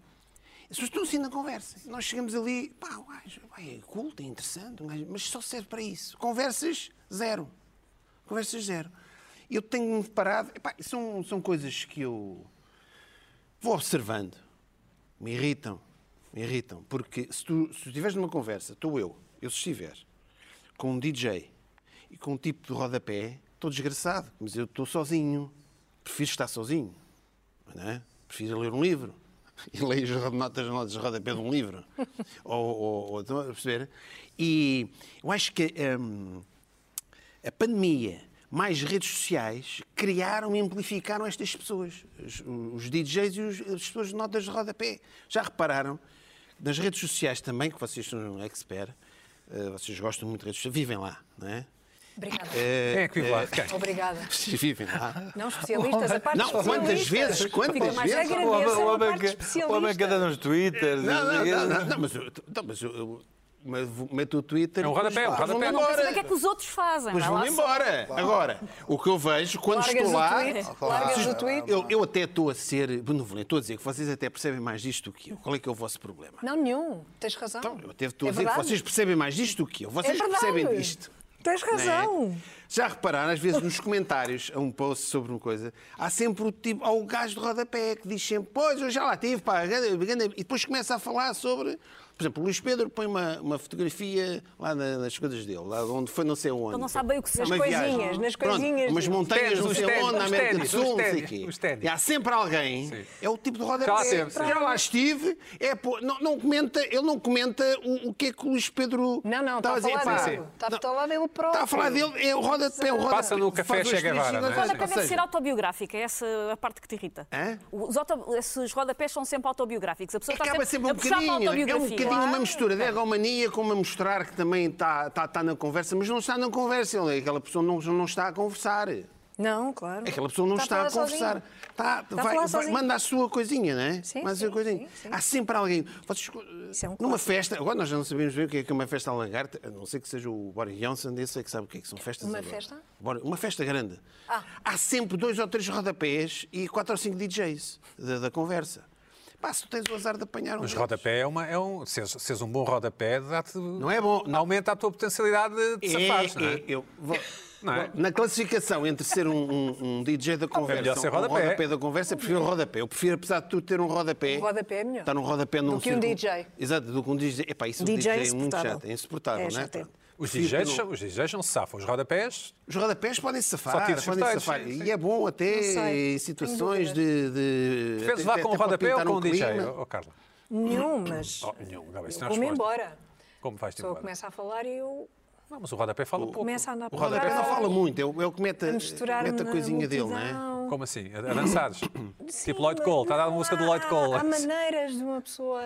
Speaker 2: As pessoas estão assim na conversa. Nós chegamos ali, pá, o gajo pá, é culto, é interessante, um gajo- mas só serve para isso. Conversas, zero. Conversas, zero. Eu tenho-me parado. epá, são, são coisas que eu vou observando. Me irritam. Me irritam. Porque se tu se tu estiveres numa conversa, estou eu, eu se estiver, com um DJ e com um tipo de rodapé, estou desgraçado. Mas eu estou sozinho. Prefiro estar sozinho. Não é? Prefiro ler um livro. E leio as notas, as notas de rodapé de um livro. ou, ou, ou, estão a perceber? E eu acho que. hum, a pandemia mais redes sociais criaram e amplificaram estas pessoas, os, os DJs e os- as pessoas de notas de rodapé. Já repararam? Nas redes sociais também, que vocês são um expert, eh, vocês gostam muito de redes sociais, vivem lá, não é?
Speaker 3: Obrigada.
Speaker 1: Quem é que vive lá? Quem?
Speaker 3: Obrigada.
Speaker 2: Vocês vivem lá.
Speaker 3: Não especialistas, a parte
Speaker 2: Não, quantas
Speaker 3: especialistas.
Speaker 2: vezes, quantas
Speaker 3: Mas
Speaker 2: vezes?
Speaker 5: O homem-
Speaker 3: agradeço
Speaker 5: o
Speaker 3: a
Speaker 5: homem
Speaker 3: parte
Speaker 5: que- o homem que
Speaker 3: especialista.
Speaker 5: anda nos twitters.
Speaker 2: Não, não,
Speaker 5: e-
Speaker 2: não, não, não, mas eu, não, mas eu, eu mas vou- meto o Twitter.
Speaker 1: É um
Speaker 2: e depois,
Speaker 1: rodapé, é um
Speaker 2: pá, vão-me
Speaker 1: rodapé.
Speaker 4: Não quero saber o que é
Speaker 2: embora.
Speaker 4: que os outros fazem.
Speaker 2: Mas
Speaker 4: vai lá
Speaker 2: vão
Speaker 4: só.
Speaker 2: embora. É. Agora, o que eu vejo quando
Speaker 3: Largas
Speaker 2: estou
Speaker 3: o
Speaker 2: lá.
Speaker 3: tweet, largas o tweet.
Speaker 2: Eu, eu até estou a ser benevolente, estou a dizer que vocês até percebem mais disto do que eu. Qual é que é o vosso problema?
Speaker 3: Não, nenhum. Tens razão.
Speaker 2: Então, eu até estou a
Speaker 3: É
Speaker 2: dizer que
Speaker 3: verdade.
Speaker 2: vocês percebem mais disto do que eu.
Speaker 3: É
Speaker 2: Vocês
Speaker 3: verdade.
Speaker 2: percebem disto.
Speaker 3: Tens
Speaker 2: não é?
Speaker 3: razão.
Speaker 2: Já repararam, às vezes, nos comentários a um post sobre uma coisa, há sempre o tipo, há o gajo de rodapé que diz sempre, pois, eu já lá tive, pá, ganda- ganda-" e depois começa a falar sobre. Por exemplo, o Luís Pedro põe uma, uma fotografia lá na- nas coisas dele, lá onde foi não sei onde.
Speaker 4: Ele não sabe bem o que são.
Speaker 3: Nas
Speaker 2: Uma
Speaker 3: coisinhas,
Speaker 2: viagem.
Speaker 3: nas
Speaker 2: Pronto,
Speaker 3: coisinhas.
Speaker 2: Umas montanhas,
Speaker 1: Ténis,
Speaker 2: não
Speaker 1: os
Speaker 2: sei
Speaker 1: ténis,
Speaker 2: onde, na
Speaker 1: os
Speaker 2: América
Speaker 1: ténis,
Speaker 2: do Sul,
Speaker 1: os
Speaker 2: não sei o
Speaker 1: ténis,
Speaker 2: quê.
Speaker 1: os ténis.
Speaker 2: E há sempre alguém,
Speaker 1: Sim.
Speaker 2: é o tipo de rodapé.
Speaker 1: Já lá teve, sim.
Speaker 2: Já lá estive, é, pô, não, não comenta, ele não comenta o, o que é que o Luís Pedro tá
Speaker 3: Não, não, está a
Speaker 2: dizer,
Speaker 3: falar
Speaker 2: pá,
Speaker 3: dele.
Speaker 2: não,
Speaker 3: Está a falar dele próprio.
Speaker 2: Está a falar dele, é o rodapé, o rodapé.
Speaker 1: Passa no café,
Speaker 2: Faz dois
Speaker 1: chega
Speaker 2: três
Speaker 1: agora, não é?
Speaker 4: O
Speaker 2: segundos,
Speaker 4: rodapé
Speaker 2: ou
Speaker 4: deve
Speaker 2: seja,
Speaker 4: ser autobiográfico, é essa a parte que te irrita.
Speaker 2: Hã?
Speaker 4: Os auto- Esses rodapés são sempre autobiográficos. A pessoa está
Speaker 2: Acaba sempre um
Speaker 4: a puxar para a
Speaker 2: bocadinho, é um
Speaker 4: autobiografia.
Speaker 2: bocadinho uma mistura de egomania como a mostrar que também está, está, está na conversa, mas não está na conversa, ele é aquela pessoa que não, não está a conversar.
Speaker 3: Não, claro. Tá
Speaker 2: Aquela pessoa não está, a
Speaker 3: falar
Speaker 2: conversar.
Speaker 3: sozinho.
Speaker 2: Está,
Speaker 3: a
Speaker 2: vai,
Speaker 3: falar
Speaker 2: vai-
Speaker 3: sozinho.
Speaker 2: manda a sua coisinha, não é?
Speaker 3: Sim,
Speaker 2: Manda a sua
Speaker 3: sim,
Speaker 2: coisinha.
Speaker 3: sim, sim.
Speaker 2: Há sempre alguém. Vocês,
Speaker 3: Isso é um
Speaker 2: numa
Speaker 3: clássico.
Speaker 2: festa, agora nós já não sabemos bem o que é que é uma festa à lagarta, a não ser que seja o Boris Johnson, esse é que sabe o que é que são festas
Speaker 3: Uma
Speaker 2: agora.
Speaker 3: festa?
Speaker 2: Bora- Uma festa grande.
Speaker 3: Ah.
Speaker 2: Há sempre dois ou três rodapés e quatro ou cinco DJs da, da conversa. Pá, se tu tens o azar de apanhar um.
Speaker 1: Mas
Speaker 2: deles.
Speaker 1: rodapé é, uma, é um. Se és, se és um bom rodapé, dá-te. Não
Speaker 2: é bom, não.
Speaker 1: Aumenta a tua potencialidade de
Speaker 2: É,
Speaker 1: safares, não é?
Speaker 2: é, eu vou-
Speaker 1: Não é?
Speaker 2: vou- Na classificação entre ser um, um- um DJ da conversa,
Speaker 1: melhor ser
Speaker 2: um
Speaker 1: rodapé.
Speaker 2: rodapé da conversa, eu prefiro o rodapé. Eu prefiro, apesar de tu ter um rodapé.
Speaker 3: Um rodapé é melhor.
Speaker 2: Estar num rodapé num
Speaker 3: Do que um
Speaker 2: círculo-
Speaker 3: DJ.
Speaker 2: Exato, do que um DJ. Epá, isso do DJ,
Speaker 3: DJ é
Speaker 2: é muito
Speaker 3: insuportável.
Speaker 2: chato, é insuportável,
Speaker 3: É
Speaker 2: não é?
Speaker 3: chato, é.
Speaker 1: Os
Speaker 2: Prefiro
Speaker 1: DJs,
Speaker 2: ter um-
Speaker 1: são- os DJs não se safam. Os rodapés,
Speaker 2: Os rodapés podem se safar,
Speaker 1: Só tiros
Speaker 2: podem se
Speaker 1: furtados,
Speaker 2: safar.
Speaker 1: sim, sim.
Speaker 2: E é bom até
Speaker 3: sei,
Speaker 2: em situações de. de
Speaker 1: fez
Speaker 2: até-
Speaker 1: lá
Speaker 2: até
Speaker 1: com o
Speaker 2: para
Speaker 1: rodapé ou
Speaker 2: pintar
Speaker 1: com
Speaker 2: um
Speaker 1: o DJ?
Speaker 2: clima.
Speaker 1: Oh, Carla.
Speaker 3: Nenhum, mas.
Speaker 1: Oh, nenhum, não, isso não é resposta.
Speaker 3: Vou-me embora.
Speaker 1: Como
Speaker 3: A
Speaker 1: vais te
Speaker 3: pessoa
Speaker 1: embora?
Speaker 3: começa a falar e eu
Speaker 1: Não, mas o rodapé fala um pouco.
Speaker 3: começo a andar
Speaker 2: O
Speaker 3: para
Speaker 2: rodapé não fala muito, é o é o que mete a,
Speaker 3: Ah, a misturar-me
Speaker 2: mete a
Speaker 3: na
Speaker 2: coisinha dele, não é?
Speaker 3: multidão.
Speaker 1: Como assim? A, a dançares?
Speaker 3: Sim,
Speaker 1: tipo Lloyd
Speaker 3: mas
Speaker 1: Cole. Está a dar
Speaker 3: não
Speaker 1: uma música do
Speaker 3: há-
Speaker 1: Lloyd Cole.
Speaker 3: Há maneiras de uma pessoa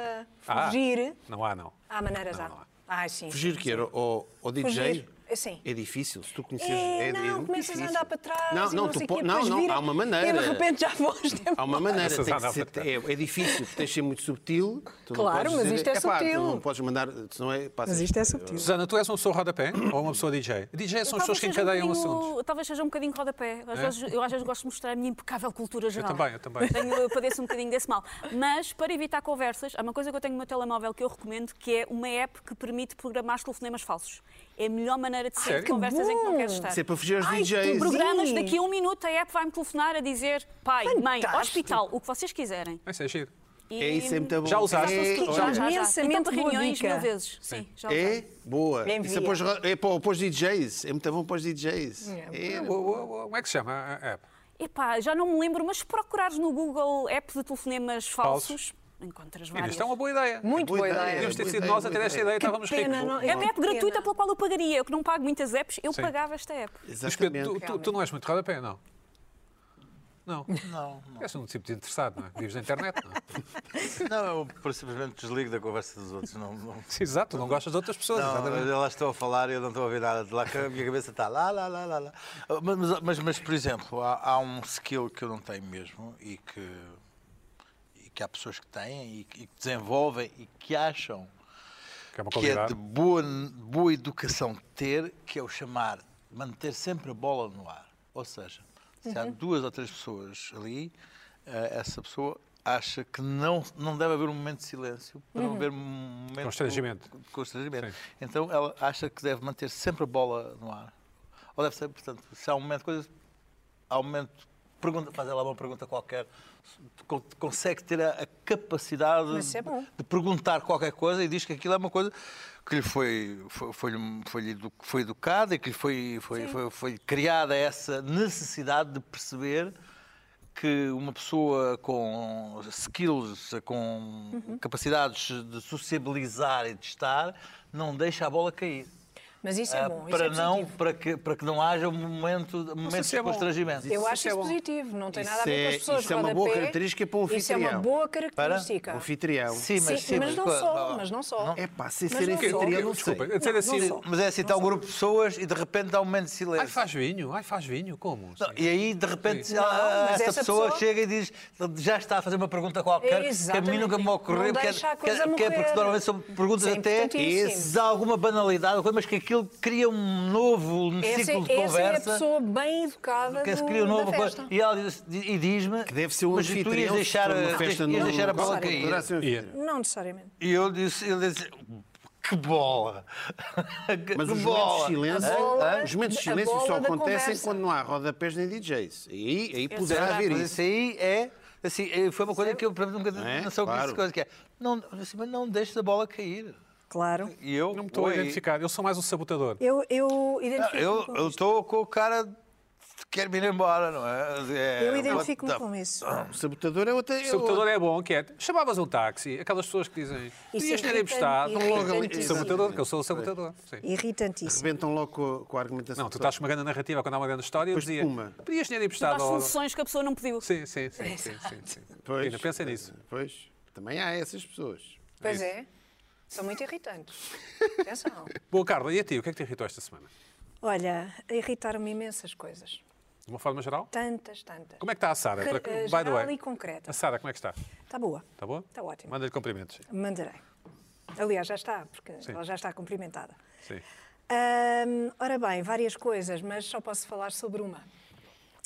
Speaker 1: Ah,
Speaker 3: fugir.
Speaker 1: Não há, não.
Speaker 3: Há maneiras,
Speaker 1: Não,
Speaker 3: há.
Speaker 1: não há.
Speaker 3: Ah, sim.
Speaker 2: Fugir que era ao, ao DJ?
Speaker 3: Fugir, assim.
Speaker 2: É difícil, se tu conheces.
Speaker 3: É,
Speaker 2: é,
Speaker 3: não,
Speaker 2: muito
Speaker 3: começas a
Speaker 2: difícil.
Speaker 3: andar para trás.
Speaker 2: Não,
Speaker 3: e
Speaker 2: não,
Speaker 3: não
Speaker 2: tu
Speaker 3: sei
Speaker 2: po-
Speaker 3: quê,
Speaker 2: não,
Speaker 3: depois
Speaker 2: não,
Speaker 3: vira,
Speaker 2: há uma maneira.
Speaker 3: E de repente já vamos.
Speaker 2: Há uma maneira,
Speaker 1: Essas
Speaker 2: tem que
Speaker 1: andam
Speaker 2: ser,
Speaker 1: para trás.
Speaker 2: é, é difícil, tens de ser muito subtil. tu não
Speaker 3: Claro,
Speaker 2: podes
Speaker 3: mas isto é
Speaker 2: "Epá, tu
Speaker 3: subtil."
Speaker 2: Não podes mandar, senão é, passas-
Speaker 6: Mas isto é subtil.
Speaker 1: Susana, tu és uma pessoa rodapé ou uma pessoa DJ? DJ são as pessoas que
Speaker 4: seja
Speaker 1: encadeiam
Speaker 4: um bocadinho-
Speaker 1: assuntos.
Speaker 4: Talvez seja um bocadinho rodapé. Às vezes- eu às vezes gosto de mostrar a minha impecável cultura
Speaker 1: Eu
Speaker 4: geral.
Speaker 1: também, eu também.
Speaker 4: Tenho, eu padeço um bocadinho desse mal. Mas, para evitar conversas, há uma coisa que eu tenho no meu telemóvel que eu recomendo, que é uma app que permite programar telefonemas falsos. É a melhor maneira de sair
Speaker 1: Sério?
Speaker 4: de conversas em que não
Speaker 3: bom!
Speaker 4: queres estar.
Speaker 2: Isso é para fugir aos
Speaker 3: Ai,
Speaker 2: DJs.
Speaker 3: tu
Speaker 4: Programas,
Speaker 3: Sim.
Speaker 4: daqui a um minuto a app vai-me telefonar a dizer pai, mãe,
Speaker 3: Fantástico.
Speaker 4: hospital, o que vocês quiserem.
Speaker 1: Isso é giro.
Speaker 4: E-
Speaker 2: É isso, é muito bom.
Speaker 1: Já usaste?
Speaker 2: É,
Speaker 4: Já,
Speaker 2: olha,
Speaker 4: já, já.
Speaker 3: Imensamente
Speaker 4: E tanto
Speaker 3: boa
Speaker 4: reuniões
Speaker 3: dica.
Speaker 4: mil vezes. Sim, já usei.
Speaker 2: É? Boa.
Speaker 3: Bem
Speaker 2: Isso é
Speaker 3: via.
Speaker 2: para, os, ra- é para, para os DJs. É muito bom para os DJs. É,
Speaker 1: O- o- o- Como é que se chama a a app?
Speaker 4: Epá, já não me lembro, mas se procurares no Google app de telefonemas falsos,
Speaker 1: Inês,
Speaker 4: encontras várias.
Speaker 1: Isto é uma boa ideia.
Speaker 3: Muito boa ideia.
Speaker 1: Devíamos ter
Speaker 2: boa
Speaker 1: sido
Speaker 2: ideia,
Speaker 1: nós a
Speaker 2: boa
Speaker 1: ter esta
Speaker 2: ideia.
Speaker 1: ideia, estávamos
Speaker 3: pena,
Speaker 1: ricos.
Speaker 3: não-
Speaker 4: É uma app
Speaker 3: Pena.
Speaker 4: gratuita pela qual eu pagaria. Eu que não pago muitas apps, eu
Speaker 1: Sim. Tá
Speaker 4: pagava esta app.
Speaker 1: Mas Pedro,
Speaker 2: Exatamente.
Speaker 1: tu- tu, tu não és muito rodapé, não? Não.
Speaker 5: Não,
Speaker 1: És um tipo de interessado, não é? Vives na internet, não é?
Speaker 5: não, eu por- simplesmente desligo da conversa dos outros. Não, não,
Speaker 1: Sim, Exato, tu não gostas de outras pessoas.
Speaker 5: não,
Speaker 1: exatamente.
Speaker 5: eu lá estou a falar e eu não estou a ouvir nada de lá, que a minha cabeça está lá, lá, lá, lá. lá. Ah, Mas, mas, mas, mas, por exemplo, há, há um skill que eu não tenho mesmo e que, e que há pessoas que têm e que- e que desenvolvem e que acham
Speaker 1: Que é uma
Speaker 5: que é
Speaker 1: qualidade.
Speaker 5: de boa, boa educação ter, que é o chamar, manter sempre a bola no ar. Ou seja, se há duas ou três pessoas ali, eh, essa pessoa acha que não, não deve haver um momento de silêncio, para não haver um momento de
Speaker 1: Constrangimento.
Speaker 5: de constrangimento.
Speaker 1: Sim.
Speaker 5: Então ela acha que deve manter sempre a bola no ar. Ou deve ser, portanto, se há um momento de coisa, há um momento, pergunta, faz ela uma pergunta qualquer, con- consegue ter a, a capacidade
Speaker 3: Mas é bom.
Speaker 5: de perguntar qualquer coisa e diz que aquilo é uma coisa que lhe foi, foi, foi, foi, edu- foi educada e que lhe foi, foi, foi, foi criada essa necessidade de perceber que uma pessoa com skills, com
Speaker 3: Uhum.
Speaker 5: capacidades de sociabilizar e de estar, não deixa a bola cair.
Speaker 3: Mas isso é
Speaker 5: Ah,
Speaker 3: bom. isso
Speaker 5: para,
Speaker 3: é
Speaker 5: não,
Speaker 3: positivo.
Speaker 5: para, que, para que não haja um momento, momentos
Speaker 1: se é
Speaker 5: de
Speaker 1: bom.
Speaker 5: constrangimento.
Speaker 3: Eu acho
Speaker 1: isso é
Speaker 3: isso
Speaker 1: bom.
Speaker 3: positivo. Não tem
Speaker 2: Isso
Speaker 3: nada a ver com
Speaker 2: é-
Speaker 3: as pessoas.
Speaker 2: isso é uma boa
Speaker 3: rodapé.
Speaker 2: característica para um
Speaker 3: Isso é uma
Speaker 2: anfitrião.
Speaker 3: boa
Speaker 2: O
Speaker 3: característica.
Speaker 1: É um
Speaker 2: anfitrião.
Speaker 5: Sim, mas,
Speaker 3: Sim, mas não só, mas não só.
Speaker 2: É pá, sem
Speaker 3: Mas
Speaker 2: ser
Speaker 3: não só.
Speaker 2: anfitrião, não sei.
Speaker 1: Desculpa, a dizer
Speaker 3: Não,
Speaker 1: assim.
Speaker 3: não só.
Speaker 5: Mas é assim, está um grupo de pessoas e de repente há um momento de
Speaker 1: Ai,
Speaker 5: silêncio.
Speaker 1: faz vinho, ai, faz vinho, como?
Speaker 5: Não, E aí, de repente,
Speaker 1: Sim.
Speaker 5: ela-
Speaker 3: Não, mas
Speaker 5: essa,
Speaker 3: essa
Speaker 5: pessoa,
Speaker 3: pessoa-
Speaker 5: chega e diz: já está a fazer uma pergunta qualquer, que a mim
Speaker 3: Exatamente.
Speaker 5: nunca me
Speaker 3: Não
Speaker 5: ocorreu, que é,
Speaker 3: deixa a
Speaker 5: que é-
Speaker 3: coisa
Speaker 5: que é porque
Speaker 3: morrer.
Speaker 5: normalmente são perguntas
Speaker 3: Isso é
Speaker 5: até
Speaker 3: importantíssimo.
Speaker 5: de alguma banalidade, mas que aquilo cria um novo um
Speaker 3: Essa,
Speaker 5: ciclo de
Speaker 3: essa é a
Speaker 5: conversa.
Speaker 3: pessoa bem educada
Speaker 5: que se
Speaker 3: do,
Speaker 5: cria um novo
Speaker 3: da festa.
Speaker 5: E ela diz- e diz-me
Speaker 2: Que deve ser um
Speaker 5: mas tu ias
Speaker 2: anfitrião.
Speaker 5: deixar,
Speaker 2: se for
Speaker 5: a-
Speaker 2: uma festa
Speaker 5: ias
Speaker 2: no-
Speaker 5: deixar a bola
Speaker 2: Claro,
Speaker 5: cair.
Speaker 2: poderá ser um
Speaker 1: Ia.
Speaker 2: anfitrião.
Speaker 3: Não necessariamente.
Speaker 5: E eu disse, ele disse, que bola! que
Speaker 2: Mas os momentos de
Speaker 5: bola!
Speaker 2: silêncio,
Speaker 3: A bola-
Speaker 2: os momentos de
Speaker 3: a
Speaker 2: silêncio
Speaker 3: bola
Speaker 2: só
Speaker 3: da
Speaker 2: acontecem
Speaker 3: conversa.
Speaker 2: quando não há rodapés nem DJs. E aí, aí poderá
Speaker 4: verdade.
Speaker 2: haver
Speaker 5: Mas
Speaker 2: isso.
Speaker 5: isso aí é. Assim, eh, foi uma coisa que eu para mim, nunca
Speaker 2: Não é?
Speaker 5: não sei o que
Speaker 2: Claro.
Speaker 5: disse, coisa que é. Não, eu disse, mas não deixes a bola cair.
Speaker 6: Claro.
Speaker 5: E eu.
Speaker 1: Não me estou a
Speaker 5: oi.
Speaker 1: identificar, eu sou mais um sabotador.
Speaker 3: Eu, eu
Speaker 5: Não,
Speaker 3: identifico-me
Speaker 5: Eu
Speaker 3: com
Speaker 5: eu
Speaker 3: isto.
Speaker 5: estou com o cara que quer me ir embora, não é?
Speaker 6: Eu
Speaker 3: tá-
Speaker 6: identifico-me com isso.
Speaker 2: O sabotador é outra.
Speaker 1: O sabotador é bom, que é. Chamavas um táxi, aquelas pessoas que dizem.
Speaker 3: Isso
Speaker 1: Devias ter
Speaker 3: irrita-me,
Speaker 1: é emprestado.
Speaker 3: irrita-me.
Speaker 1: Sabotador, que eu sou o sabotador. Sim.
Speaker 6: Irritantíssimo.
Speaker 2: Rebentam logo com a, com a argumentação.
Speaker 1: Não, tu estás com uma grande narrativa quando há uma grande história. Eu
Speaker 2: Depois
Speaker 1: dizia,
Speaker 2: espuma.
Speaker 1: podias ter
Speaker 4: Dá
Speaker 1: emprestado. ao-
Speaker 3: um
Speaker 4: soluções que a pessoa não pediu.
Speaker 1: Sim, sim,
Speaker 3: É.
Speaker 1: sim. sim, sim, sim.
Speaker 2: Pois. eh,
Speaker 1: Pina, pensa nisso.
Speaker 2: Pois. Também há essas pessoas.
Speaker 3: Pois é. São muito irritantes. Atenção.
Speaker 1: Bom, Carla, e a ti, o que é que te irritou esta semana?
Speaker 3: Olha, irritaram-me imensas coisas.
Speaker 1: De uma forma geral?
Speaker 3: Tantas, tantas.
Speaker 1: Como é que está a Sara?
Speaker 3: Re-
Speaker 1: Para-
Speaker 3: eh,
Speaker 1: By the
Speaker 3: geral
Speaker 1: way.
Speaker 3: e concreta.
Speaker 1: A Sara, como é que está?
Speaker 3: Está boa.
Speaker 1: Está boa?
Speaker 3: Está ótimo.
Speaker 1: Manda-lhe cumprimentos.
Speaker 3: Mandarei. Aliás, já está, porque ela já está cumprimentada.
Speaker 1: Sim.
Speaker 3: Ahm, ora bem, várias coisas, mas só posso falar sobre uma.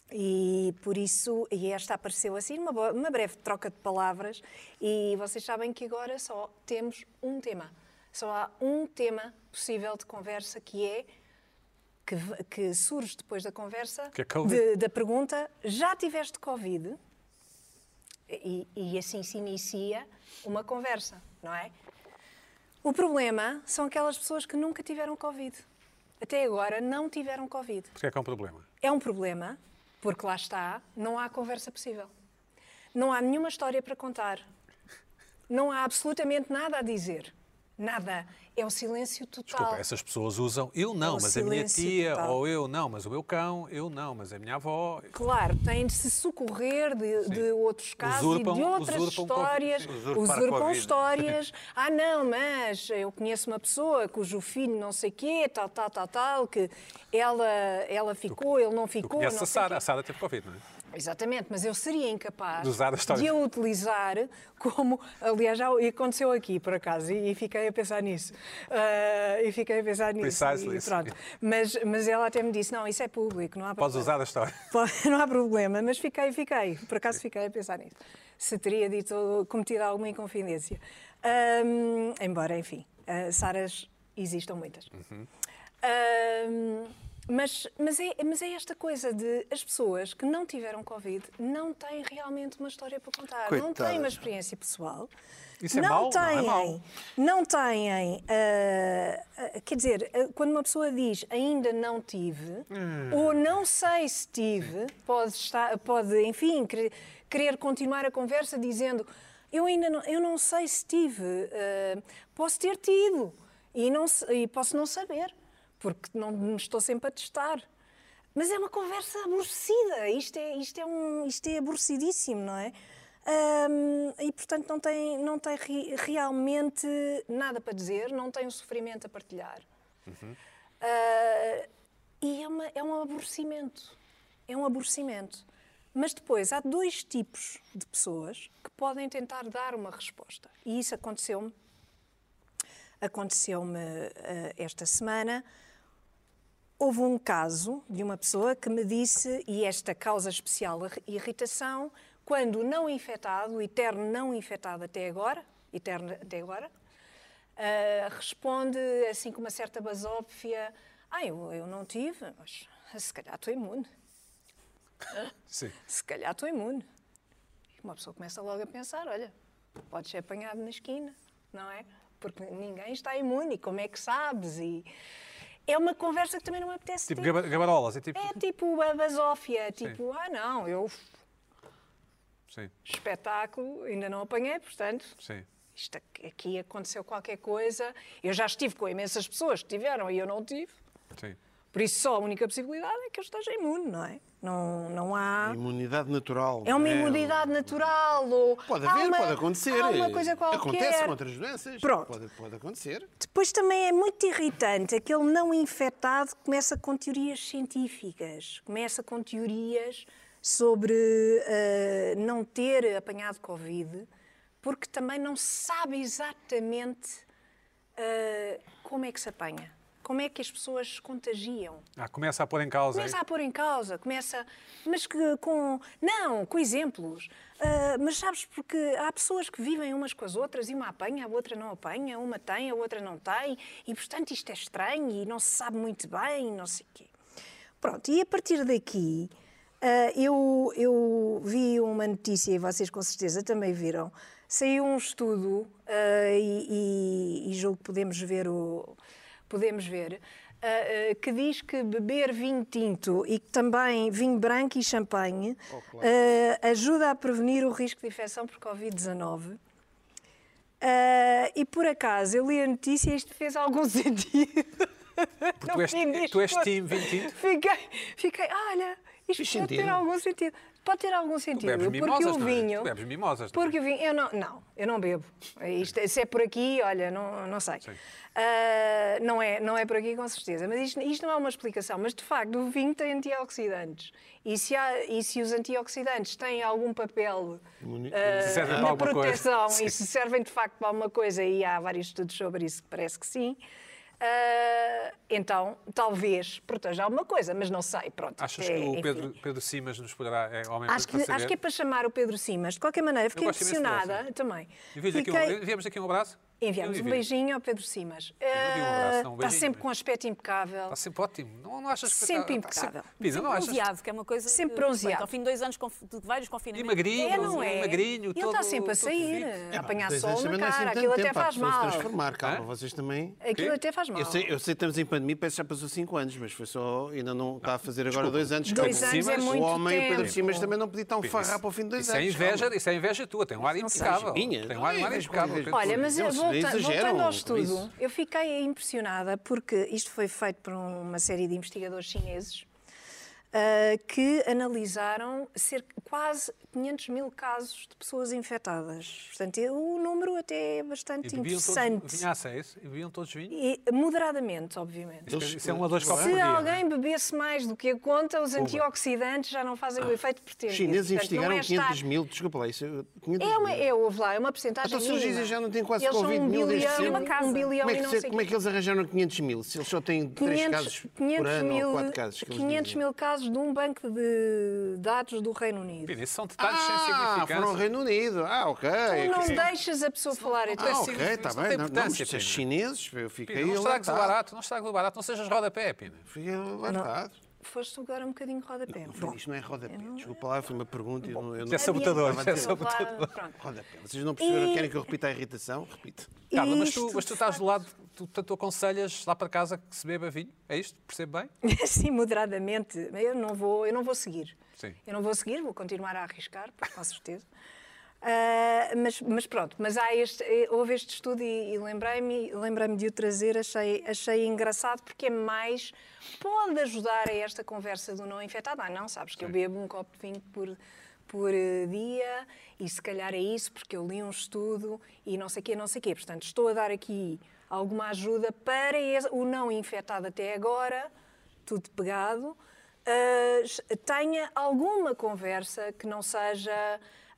Speaker 3: E por isso, e esta apareceu assim, uma, bo- uma breve troca de palavras, e vocês sabem que agora só temos um tema. Só há um tema possível de conversa que é. Que, v- que surge depois da conversa,
Speaker 1: Que é Covid.
Speaker 3: de- da pergunta: já tiveste Covid? E, e assim se inicia uma conversa, não é? O problema são aquelas pessoas que nunca tiveram Covid. Até agora não tiveram Covid.
Speaker 1: Porque é que é um problema?
Speaker 3: É um problema, porque lá está, não há conversa possível. Não há nenhuma história para contar. Não há absolutamente nada a dizer. Nada. É o silêncio total.
Speaker 1: Desculpa, é essas pessoas usam eu
Speaker 3: É
Speaker 1: não,
Speaker 6: o
Speaker 1: mas a minha
Speaker 6: silêncio
Speaker 1: tia,
Speaker 6: total.
Speaker 1: ou eu não, mas o meu cão, eu não, mas a minha avó.
Speaker 3: Claro, têm de se socorrer de, de outros casos
Speaker 1: Usurpam-
Speaker 3: e de outras
Speaker 1: usurpam com-
Speaker 3: histórias.
Speaker 1: sim.
Speaker 5: Usurpar com a
Speaker 3: Usurpam
Speaker 5: vida.
Speaker 3: histórias. Ah, não, mas eu conheço uma pessoa cujo filho não sei quê, tal, tal, tal, tal, que ela, ela ficou, ele não
Speaker 1: Tu
Speaker 3: ficou.
Speaker 1: conheces
Speaker 3: não
Speaker 1: a
Speaker 3: sei
Speaker 1: Sara,
Speaker 3: quê.
Speaker 1: a Sara teve Covid, não é?
Speaker 3: Exatamente, mas eu seria incapaz
Speaker 1: De usar a história.
Speaker 3: de a utilizar como, aliás, já aconteceu aqui por acaso, e, e fiquei a pensar nisso. Ah, e fiquei a pensar nisso.
Speaker 1: Precisely.
Speaker 3: E pronto. Mas, mas ela até me disse: não, isso é público, não há
Speaker 1: Podes
Speaker 3: problema."
Speaker 1: usar a história.
Speaker 3: Pode- Não há problema, mas fiquei, fiquei. Por acaso fiquei a pensar nisso. Se teria dito, cometido alguma inconfidência. Ahm, embora, enfim, ah, Saras existam muitas. Ahm, mas, mas, é, mas é esta coisa de as pessoas que não tiveram Covid não têm realmente uma história para contar, não têm uma
Speaker 5: Coitadas.
Speaker 3: experiência pessoal.
Speaker 1: Isso é
Speaker 3: não
Speaker 1: mau, não é
Speaker 3: têm,
Speaker 1: mau.
Speaker 3: não têm, ah, ah, quer dizer, ah, quando uma pessoa diz ainda não tive,
Speaker 1: Hum.
Speaker 3: ou não sei se tive, pode, estar, pode enfim, querer, querer continuar a conversa dizendo eu ainda não, eu não sei se tive, ah, posso ter tido e, não, se- e posso não saber, porque não me estou sempre a testar. Mas é uma conversa aborrecida, isto é, isto é, um, isto é aborrecidíssimo, não é? Hum, e portanto não tem, não tem ri- realmente nada para dizer, não tem um sofrimento a partilhar. Ah, e é, uma- é um aborrecimento. É um aborrecimento. Mas depois há dois tipos de pessoas que podem tentar dar uma resposta. E isso aconteceu-me. Aconteceu-me ah, esta semana. Houve um caso de uma pessoa que me disse, e esta causa especial a irritação, quando o não infectado, o eterno não infectado até agora, eterno até agora, ah, responde assim com uma certa basófia, ah, eu, eu não tive, mas se calhar estou imune,
Speaker 1: Sim.
Speaker 3: se calhar estou imune. E uma pessoa começa logo a pensar, olha, podes ser apanhado na esquina, não é? Porque ninguém está imune, e como é que sabes? E é uma conversa que também não me apetece
Speaker 1: Tipo
Speaker 3: ter.
Speaker 1: gaba- gabarolas, é tipo.
Speaker 3: É tipo a basófia, tipo, ah não, eu
Speaker 1: Sim,
Speaker 3: espetáculo ainda não apanhei, portanto,
Speaker 1: sim.
Speaker 3: isto aqui- aqui aconteceu qualquer coisa. Eu já estive com imensas pessoas que tiveram e eu não tive.
Speaker 1: Sim.
Speaker 3: Por isso só a única possibilidade é que eu esteja imune, não é? Não, não há.
Speaker 2: Imunidade natural.
Speaker 3: É uma
Speaker 2: não
Speaker 3: imunidade natural ou
Speaker 2: Pode
Speaker 3: há
Speaker 2: haver,
Speaker 3: uma-
Speaker 2: pode acontecer. é. Eh,
Speaker 3: Há uma coisa qualquer.
Speaker 2: Acontece com outras doenças.
Speaker 3: Pronto.
Speaker 2: Pode, pode acontecer.
Speaker 3: Depois também é muito irritante aquele não infectado que começa com teorias científicas, começa com teorias sobre eh, não ter apanhado Covid, porque também não sabe exatamente eh, como é que se apanha, como é que as pessoas se contagiam.
Speaker 1: Ah, começa a pôr em causa.
Speaker 3: Começa
Speaker 1: hein?
Speaker 3: a pôr em causa, começa. Mas que com. Não, com exemplos. Ah, mas sabes, porque há pessoas que vivem umas com as outras e uma apanha, a outra não apanha, uma tem, a outra não tem, e portanto isto é estranho e não se sabe muito bem, não sei o quê. Pronto, e a partir daqui, ah, eu, eu vi uma notícia, e vocês com certeza também viram, saiu um estudo, ah, e, e, e julgo que podemos ver o. Podemos ver, ah, ah, que diz que beber vinho tinto e que também vinho branco e champanhe
Speaker 1: Oh,
Speaker 3: ah, ajuda a prevenir o risco de infecção por Covid-19. Ah, e por acaso eu li a notícia e isto fez algum sentido.
Speaker 1: Porque tu és, tu és team 20.
Speaker 3: Fiquei, fiquei, ah, olha, isto pode ter
Speaker 2: sentido.
Speaker 3: algum sentido. Pode ter algum sentido.
Speaker 1: bebes
Speaker 3: porque
Speaker 1: mimosas,
Speaker 3: o
Speaker 1: não é?
Speaker 3: vinho.
Speaker 1: Tu bebes mimosas, não é?
Speaker 3: Porque o vinho. Eu não, não, eu não bebo. Isto, se é por aqui, olha, não, não sei.
Speaker 1: Sim.
Speaker 3: Ah, não, é, não é por aqui, com certeza. Mas isto, isto não é uma explicação. Mas de facto, o vinho tem antioxidantes. E se, há- e se os antioxidantes têm algum papel ah,
Speaker 1: Se serve para
Speaker 3: na
Speaker 1: alguma coisa.
Speaker 3: proteção e se servem de facto para alguma coisa, e há vários estudos sobre isso que parece que sim, ah, então talvez proteja alguma coisa, mas não sei. Pronto,
Speaker 1: Achas
Speaker 3: é,
Speaker 1: que o
Speaker 3: enfim.
Speaker 1: Pedro, Pedro Simas nos poderá. É homem
Speaker 3: Acho
Speaker 1: para
Speaker 3: que, acho que é para chamar o Pedro Simas. De qualquer maneira, fiquei
Speaker 1: gosto imenso dele,
Speaker 3: impressionada
Speaker 1: sim.
Speaker 3: também.
Speaker 1: Enviamos aqui,
Speaker 3: Fiquei-
Speaker 1: um, enviamos aqui um abraço.
Speaker 3: Enviamos
Speaker 1: Eu
Speaker 3: um
Speaker 1: envio.
Speaker 3: beijinho ao Pedro Simas.
Speaker 1: não digo um abraço, não, um Tá
Speaker 3: está
Speaker 1: beijinho,
Speaker 3: sempre
Speaker 1: mas-
Speaker 3: com um aspecto impecável.
Speaker 1: Está sempre ótimo. Não, não achas que
Speaker 3: Sempre
Speaker 1: está- está
Speaker 3: impecável.
Speaker 1: sempre- Pisa, não achas?
Speaker 4: Bronzeado, que é uma coisa.
Speaker 3: Sempre
Speaker 4: que-
Speaker 3: bronzeado.
Speaker 4: Pronto, Ao fim de dois anos conf- de vários
Speaker 1: E
Speaker 4: confinamentos.
Speaker 1: magrinho,
Speaker 3: É, não é?
Speaker 1: um magrinho,
Speaker 3: Ele
Speaker 1: todo-
Speaker 3: está sempre a
Speaker 1: todo
Speaker 3: sair,
Speaker 1: vivido.
Speaker 3: a apanhar
Speaker 2: Dois
Speaker 3: sol
Speaker 2: anos
Speaker 3: na
Speaker 2: também não é assim
Speaker 3: cara.
Speaker 2: tanto
Speaker 3: Aquilo até
Speaker 2: tempo, há
Speaker 3: faz
Speaker 2: pessoas a
Speaker 3: mal.
Speaker 2: transformar, calma,
Speaker 1: Hã?
Speaker 2: vocês também.
Speaker 3: Aquilo
Speaker 1: Quê?
Speaker 3: até faz mal.
Speaker 2: Eu sei, eu sei que estamos em pandemia, parece que já passou 5 anos, mas foi só. Ainda não está a fazer agora dois anos.
Speaker 3: Dois
Speaker 2: que o-
Speaker 1: anos é
Speaker 3: muito
Speaker 2: O homem e o Pedro
Speaker 3: tempo.
Speaker 2: Simas também não podia estar um
Speaker 1: Isso-
Speaker 2: farrapo ao fim de dois
Speaker 1: isso
Speaker 2: anos.
Speaker 1: é inveja,
Speaker 2: calma.
Speaker 1: isso é inveja tua, tem um ar
Speaker 2: sei,
Speaker 1: impecável.
Speaker 2: minha,
Speaker 1: Tem um
Speaker 2: não
Speaker 1: ar,
Speaker 2: é
Speaker 1: um ar
Speaker 2: inveja,
Speaker 1: impecável.
Speaker 2: inveja.
Speaker 1: Pedro
Speaker 3: Olha,
Speaker 1: Simas.
Speaker 3: mas eu
Speaker 2: Eles
Speaker 3: vou
Speaker 2: nem
Speaker 3: volta-
Speaker 2: exageram
Speaker 3: voltando ao
Speaker 2: com
Speaker 3: estudo,
Speaker 2: isso.
Speaker 3: eu fiquei impressionada porque isto foi feito por um- uma série de investigadores chineses ah, que analisaram cerca, quase 500 mil casos de pessoas infectadas. Portanto, é- o número até é
Speaker 1: E
Speaker 3: bastante
Speaker 1: bebiam todos
Speaker 3: interessante.
Speaker 1: vinhaça, é isso? E bebiam todos vinho?
Speaker 3: E moderadamente, obviamente.
Speaker 1: Isso é- Isso é um ou dois copos por
Speaker 3: Se
Speaker 1: dia.
Speaker 3: alguém bebesse mais do que a conta, os antioxidantes já não fazem o efeito pretendido.
Speaker 2: Ah. Os chineses
Speaker 3: Portanto, não
Speaker 2: investigaram
Speaker 3: é estar-
Speaker 2: 500 mil, desculpa lá, isso é 500
Speaker 3: É, uma,
Speaker 2: mil.
Speaker 3: é, houve lá, é uma porcentagem
Speaker 2: Então, se eles
Speaker 3: mínima.
Speaker 2: dizem já não têm quase
Speaker 3: eles são
Speaker 2: Covid,
Speaker 3: um
Speaker 2: mil desde
Speaker 3: bilhão,
Speaker 2: sempre.
Speaker 3: um bilhão
Speaker 2: Como é,
Speaker 3: e
Speaker 2: que,
Speaker 3: não
Speaker 2: se-
Speaker 3: sei
Speaker 2: como é que eles arranjaram 500 mil? Se eles só têm 3 casos por ano ou 4 casos? que eles
Speaker 3: 500
Speaker 2: dizem?
Speaker 3: mil casos de um banco de dados do Reino Unido.
Speaker 1: Pina, isso são detalhes sem
Speaker 2: Ah,
Speaker 1: significância.
Speaker 2: foram ao Reino Unido. Ah, ok.
Speaker 3: Tu não
Speaker 2: ok.
Speaker 3: deixas a pessoa falar. então.
Speaker 2: Ah,
Speaker 1: Isso
Speaker 2: ok, está
Speaker 1: não
Speaker 2: bem.
Speaker 1: tem
Speaker 2: Não, não,
Speaker 1: importância,
Speaker 2: mas se é
Speaker 1: Pina.
Speaker 2: chineses, eu
Speaker 1: Pina,
Speaker 2: fiquei
Speaker 1: não estragues o
Speaker 2: alargado.
Speaker 1: barato, não estragues o barato, não sejas rodapé, Pina.
Speaker 2: Fiquei alargado.
Speaker 3: Foste agora um bocadinho rodapé.
Speaker 2: Não, foi- Isto não é rodapé. Desculpa lá, foi uma pergunta. e Eu não, eu
Speaker 1: Isso é
Speaker 2: não...
Speaker 1: sabotador.
Speaker 3: Adiante,
Speaker 1: isso é
Speaker 3: desculpa, vá,
Speaker 1: sabotador.
Speaker 3: pronto.
Speaker 2: Rodapé. Vocês não perceberam, querem que eu repita a irritação? Repito.
Speaker 1: Carla, mas tu,
Speaker 3: Isto,
Speaker 1: mas tu
Speaker 3: de
Speaker 1: estás do lado, tu, portanto, tu aconselhas lá para casa que se beba vinho? É isto? Percebo bem?
Speaker 3: Sim, Assim, moderadamente. Eu não vou, eu não vou seguir.
Speaker 1: Sim.
Speaker 3: Eu não vou seguir, vou continuar a arriscar, pá, com certeza. Ah, mas, mas pronto, mas há este, eh, houve este estudo e, e lembrei-me lembrei de o trazer, achei, achei engraçado porque é mais, pode ajudar a esta conversa do não infectado. Ah, não, sabes que eu bebo um copo de vinho por, por eh, dia e se calhar é isso porque eu li um estudo e não sei quê, não sei quê. Portanto, estou a dar aqui alguma ajuda para esse- o não infectado até agora tudo pegado, ah, tenha alguma conversa que não seja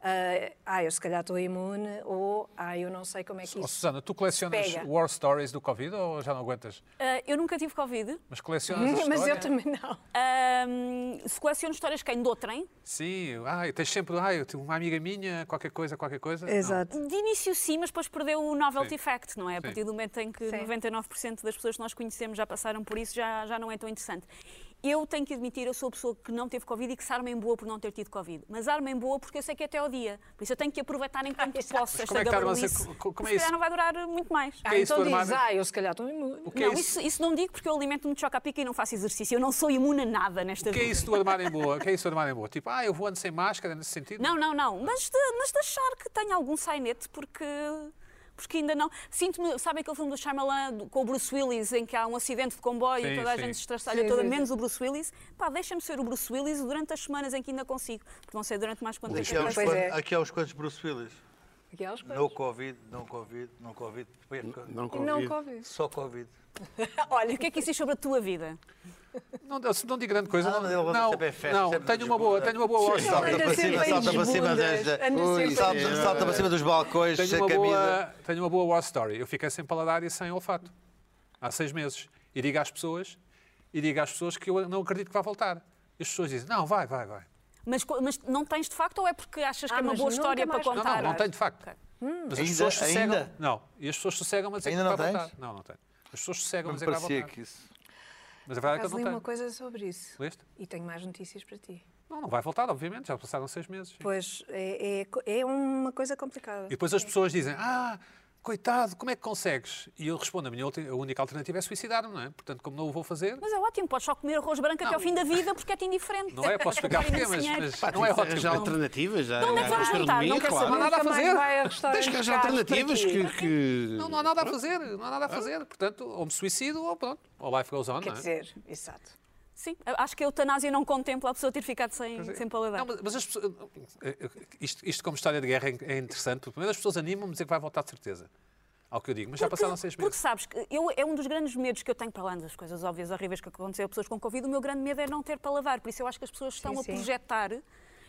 Speaker 3: ah, ah, eu se calhar estou imune ou ah, eu não sei como é que
Speaker 1: Ó,
Speaker 3: isso.
Speaker 1: Susana, tu colecionas
Speaker 3: Pega.
Speaker 1: war stories do Covid ou já não aguentas?
Speaker 4: Ah, eu nunca tive Covid.
Speaker 1: Mas colecionas a
Speaker 3: Hum, Mas eu
Speaker 1: história?
Speaker 3: também não.
Speaker 4: Ahm, se coleciono histórias quem? Do trem?
Speaker 1: Sim, ah, tens sempre, ah, eu tenho uma amiga minha, qualquer coisa, qualquer coisa. Não.
Speaker 6: Exato.
Speaker 4: De início sim, mas depois perdeu o novelty
Speaker 1: Sim.
Speaker 4: fact, não é? A partir do momento em que
Speaker 3: Sim.
Speaker 4: 99% das pessoas que nós conhecemos já passaram por isso, já, já não é tão interessante. Eu tenho que admitir, eu sou a pessoa que não teve Covid e que se arma em boa por não ter tido Covid. Mas arma em boa porque eu sei que é até ao dia. Por isso eu tenho que aproveitar enquanto posso esta
Speaker 1: como é que te armas em-
Speaker 4: gabarulice.
Speaker 1: co- como é
Speaker 4: Se calhar
Speaker 1: isso?
Speaker 4: não vai durar muito mais.
Speaker 1: que
Speaker 3: Ah,
Speaker 1: é isso
Speaker 3: então
Speaker 1: do
Speaker 3: diz,
Speaker 1: armário?
Speaker 3: ah, eu se calhar estou imune.
Speaker 1: O que
Speaker 4: não,
Speaker 1: é isso?
Speaker 4: isso, isso não digo porque eu alimento-me de choca-pica e não faço exercício. Eu não sou imune a nada nesta
Speaker 1: O que é
Speaker 4: vida.
Speaker 1: isso do armário em boa? O que é isso do armário em boa? Tipo, ah, eu vou andando sem máscara, nesse sentido?
Speaker 4: Não, não, não. Mas de, mas de achar que tenho algum sainete, porque. Porque ainda não. Sinto-me. Sabem aquele filme do Shyamalan do- com o Bruce Willis, em que há um acidente de comboio
Speaker 1: Sim,
Speaker 4: e toda a
Speaker 1: sim.
Speaker 4: gente se estraçalha
Speaker 3: Sim,
Speaker 4: toda,
Speaker 3: sim, sim.
Speaker 4: menos o Bruce Willis? Pá, deixa-me ser o Bruce Willis durante as semanas em que ainda consigo. Porque não sei durante mais quanto tempo.
Speaker 5: Aqui há uns
Speaker 4: vai ser.
Speaker 3: Pois é.
Speaker 5: quantos- aqui há uns quantos Bruce Willis.
Speaker 3: Aqui há os
Speaker 5: No Covid, não Covid, não Covid. depois
Speaker 2: Não
Speaker 3: E não
Speaker 2: convido.
Speaker 3: Covid.
Speaker 5: Só Covid.
Speaker 4: Olha, o que é que isso diz sobre a tua vida?
Speaker 1: Não, não, não digo grande coisa.
Speaker 5: Ah,
Speaker 1: Não,
Speaker 5: mas ele
Speaker 1: não,
Speaker 5: anda sempre em festa,
Speaker 1: não,
Speaker 5: sempre
Speaker 1: tenho
Speaker 5: nos
Speaker 1: uma boa,
Speaker 5: desbundas.
Speaker 1: tenho uma boa all story.
Speaker 3: Anda
Speaker 5: Salta para cima,
Speaker 3: sempre
Speaker 5: salta
Speaker 3: em
Speaker 5: para cima
Speaker 3: desbundas,
Speaker 5: desta.
Speaker 3: anda
Speaker 2: Ui,
Speaker 3: sempre
Speaker 2: salta-
Speaker 3: em
Speaker 5: Salta,
Speaker 3: desbundas.
Speaker 5: salta para cima dos balcões,
Speaker 1: Tenho
Speaker 5: sem
Speaker 1: uma,
Speaker 5: camisa.
Speaker 1: boa, tenho uma boa war story. Eu fiquei sem paladar e sem olfato. Há seis meses. E digo às pessoas, e digo às pessoas que eu não acredito que vá voltar. E As pessoas dizem, não, vai, vai, vai.
Speaker 4: Mas, co- mas não tens de facto ou é porque achas
Speaker 3: Ah,
Speaker 4: que é uma
Speaker 3: mas
Speaker 4: boa
Speaker 3: nunca
Speaker 4: história para
Speaker 3: mais
Speaker 1: Não,
Speaker 4: contar?
Speaker 1: não,
Speaker 3: Voltar.
Speaker 1: não tenho de facto. Mas as
Speaker 5: Ainda-
Speaker 1: pessoas sossegam.
Speaker 5: ainda?
Speaker 1: Não, e as pessoas sossegam a dizer
Speaker 5: Ainda
Speaker 1: que
Speaker 5: não
Speaker 1: vai
Speaker 5: tens?
Speaker 1: voltar. Não, não tenho. As pessoas sossegam a
Speaker 5: Não
Speaker 1: dizer que vai
Speaker 5: parecia
Speaker 1: voltar.
Speaker 5: que isso.
Speaker 1: Mas a verdade é que
Speaker 3: Acaso
Speaker 1: eu
Speaker 3: li uma
Speaker 1: não tenho.
Speaker 3: coisa sobre isso.
Speaker 1: Leste?
Speaker 3: E tenho mais notícias para ti.
Speaker 1: Não, não vai voltar, obviamente. Já passaram seis meses.
Speaker 3: Pois, é, é co- é uma coisa complicada.
Speaker 1: E depois as pessoas dizem, ah, coitado, como é que consegues? E eu respondo, a minha ulti- a única alternativa é suicidar-me, não é? Portanto, como não o vou fazer,
Speaker 4: Mas é ótimo, podes só comer arroz branco até ao fim da vida porque é-te indiferente.
Speaker 1: não é? Posso explicar porquê, mas, mas
Speaker 2: Pá,
Speaker 1: não é ótimo.
Speaker 2: arranjar alternativas.
Speaker 4: Então onde é que vamos jantar? Não quer saber.
Speaker 1: Não há nada a
Speaker 3: Nunca mais
Speaker 1: fazer.
Speaker 3: vai a restaurantes
Speaker 2: Tens que arranjar
Speaker 3: caros por
Speaker 2: alternativas
Speaker 3: aqui.
Speaker 2: que... que-
Speaker 1: Não, não há nada a fazer, não há nada a fazer. Portanto, ou me suicido ou pronto, ou life goes on,
Speaker 3: Quer
Speaker 1: não é?
Speaker 3: dizer, exato.
Speaker 4: Sim, acho que a eutanásia não contempla a pessoa ter ficado sem, sem paladar.
Speaker 1: é. Não, mas, mas as pessoas, isto, isto como história de guerra é é interessante, porque primeiro as pessoas animam-me a dizer que vai voltar de certeza. Ao que eu digo, mas já passaram seis
Speaker 4: Porque
Speaker 1: meses.
Speaker 4: sabes que eu, é um dos grandes medos que eu tenho para além das coisas óbvias, horríveis que aconteceu a pessoas com Covid. O meu grande medo é não ter paladar. Por isso eu acho que as pessoas estão
Speaker 3: Sim,
Speaker 4: a
Speaker 3: sim.
Speaker 4: projetar.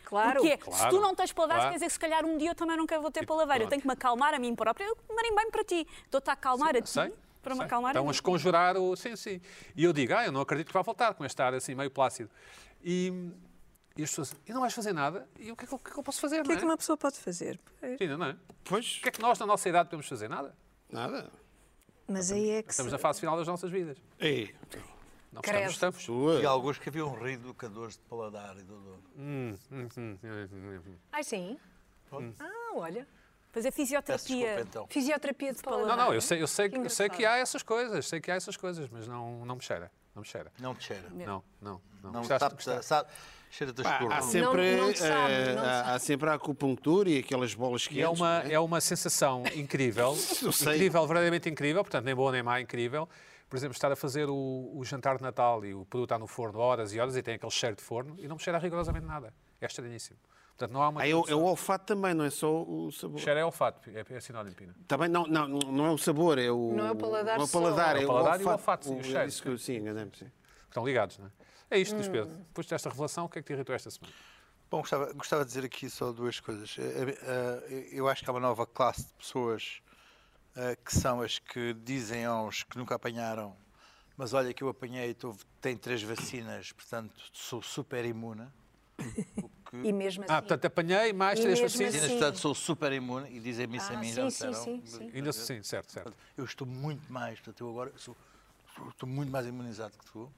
Speaker 3: Claro.
Speaker 6: é,
Speaker 4: Porque se
Speaker 1: Claro.
Speaker 4: tu não tens paladar,
Speaker 1: Claro.
Speaker 4: quer dizer que se calhar um dia eu também nunca vou ter paladar. Eu
Speaker 1: pronto.
Speaker 4: tenho que me acalmar a mim própria. Eu marimbei-me para ti. Estou-te a acalmar a ti
Speaker 1: Sei,
Speaker 4: Uhum. para me
Speaker 1: sei. Então,
Speaker 4: acalmar
Speaker 1: Estão
Speaker 4: a
Speaker 1: a
Speaker 4: mim.
Speaker 1: esconjurar o. Sim, sim. E eu digo, ah, eu não acredito que vai voltar, com este ar assim meio plácido. E, e as pessoas, e não vais fazer nada? E o que é que eu, o que é que eu posso fazer,
Speaker 6: O que é que
Speaker 1: não é?
Speaker 6: uma pessoa pode fazer? Pois,
Speaker 1: Sim, não é? O
Speaker 2: Pois,
Speaker 1: que é que nós, na nossa idade, podemos fazer? Nada.
Speaker 2: nada.
Speaker 6: Mas aí é que.
Speaker 1: Estamos
Speaker 6: se-
Speaker 1: na fase final das nossas vidas.
Speaker 2: Ei,
Speaker 1: Não
Speaker 3: Credo.
Speaker 1: estamos, estamos.
Speaker 2: sua.
Speaker 5: E alguns que haviam rido do cadores de paladar e do dor.
Speaker 3: Ai, sim.
Speaker 1: Hum.
Speaker 3: Ah, olha.
Speaker 4: Fazer
Speaker 5: Peço desculpa
Speaker 4: fisioterapia.
Speaker 5: então.
Speaker 3: Fisioterapia de paladar.
Speaker 1: Não, não, eu sei, eu sei,
Speaker 3: Que
Speaker 1: eu sei que
Speaker 3: engraçado.
Speaker 1: há essas coisas, sei que há essas coisas, mas não, não me cheira. Não Não me cheira.
Speaker 5: Não te cheira.
Speaker 1: Não, não, não.
Speaker 5: Não,
Speaker 1: Gostaste?
Speaker 5: sabe, sabe, cheira-te a escuro.
Speaker 2: Há
Speaker 5: não.
Speaker 2: sempre,
Speaker 3: não se sabe,
Speaker 2: eh,
Speaker 3: não se
Speaker 2: há, há sempre a acupuntura e aquelas bolas
Speaker 1: E
Speaker 2: que
Speaker 1: é uma, é uma sensação incrível,
Speaker 2: Eu sei.
Speaker 1: incrível, verdadeiramente incrível, portanto, nem boa nem má, incrível. Por exemplo, estar a fazer o, o jantar de Natal e o produto está no forno horas e horas e tem aquele cheiro de forno e não me cheira rigorosamente nada. É estranhíssimo. Portanto, não há uma.
Speaker 2: Aí é, o- é o olfato também, não é só o sabor.
Speaker 1: Cheiro é olfato, é, é sinónimo, Pina.
Speaker 2: Também não, não, não é o sabor, é o.
Speaker 3: Não é o paladar
Speaker 2: não é o paladar,
Speaker 3: só.
Speaker 1: É
Speaker 2: é
Speaker 1: o
Speaker 2: o
Speaker 1: paladar e o olfato,
Speaker 2: olfato.
Speaker 1: sim, o
Speaker 2: é
Speaker 1: cheiro.
Speaker 2: isso que eu- sim, enganei-me, sim.
Speaker 1: Estão ligados, não é? É isto, Luís Pedro.
Speaker 3: Hum.
Speaker 1: Depois desta revelação, o que é que te irritou esta semana?
Speaker 3: Assim.
Speaker 5: Bom, gostava, gostava de dizer aqui só duas coisas. Eh, eh, eh, Eu acho que há uma nova classe de pessoas eh, que são as que dizem aos que nunca apanharam, mas olha que eu apanhei, tô, tenho três vacinas, portanto sou super imune.
Speaker 3: E mesmo assim.
Speaker 1: Ah, portanto, apanhei mais
Speaker 3: E
Speaker 1: três
Speaker 3: mesmo assim-
Speaker 1: vacinas.
Speaker 5: Vacinas,
Speaker 3: Sim.
Speaker 5: portanto sou super imune e dizem-me isso a
Speaker 3: Ah,
Speaker 5: mim, já
Speaker 3: sim, sim,
Speaker 5: disseram.
Speaker 3: sim, sim.
Speaker 1: Ainda sim, certo, certo.
Speaker 5: Eu estou muito mais, portanto, eu agora sou, sou- estou muito mais imunizado que tu.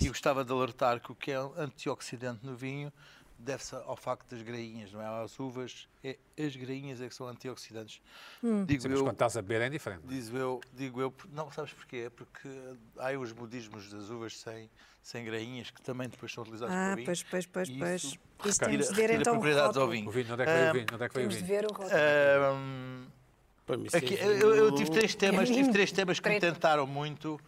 Speaker 5: E gostava de alertar que o que é antioxidante no vinho deve-se ao facto das grainhas, não é às uvas, é as grainhas é que são antioxidantes.
Speaker 6: Hum.
Speaker 5: Digo
Speaker 1: Sim, mas quando
Speaker 5: eu,
Speaker 1: estás a beber é diferente. não é?
Speaker 5: digo eu, digo eu, por- não sabes porquê? É Porque há os budismos das uvas sem, sem grainhas que também depois são utilizados para
Speaker 6: Ah,
Speaker 5: vinho.
Speaker 6: pois, pois, pois,
Speaker 5: E isso
Speaker 6: pois. Isso
Speaker 5: retira-
Speaker 6: temos de ver
Speaker 5: retira
Speaker 6: então o
Speaker 5: propriedades ao
Speaker 6: rótulo.
Speaker 5: vinho.
Speaker 1: O vinho, é onde é que veio o
Speaker 5: Ah,
Speaker 1: vinho? Onde é que veio o
Speaker 3: Hum, Temos de
Speaker 1: vinho?
Speaker 3: ver o rótulo.
Speaker 5: Ah,
Speaker 2: Para mim,
Speaker 5: Aqui,
Speaker 2: sim.
Speaker 5: eu, eu- eu tive três temas, tive três temas que me
Speaker 3: Treta.
Speaker 5: tentaram muito,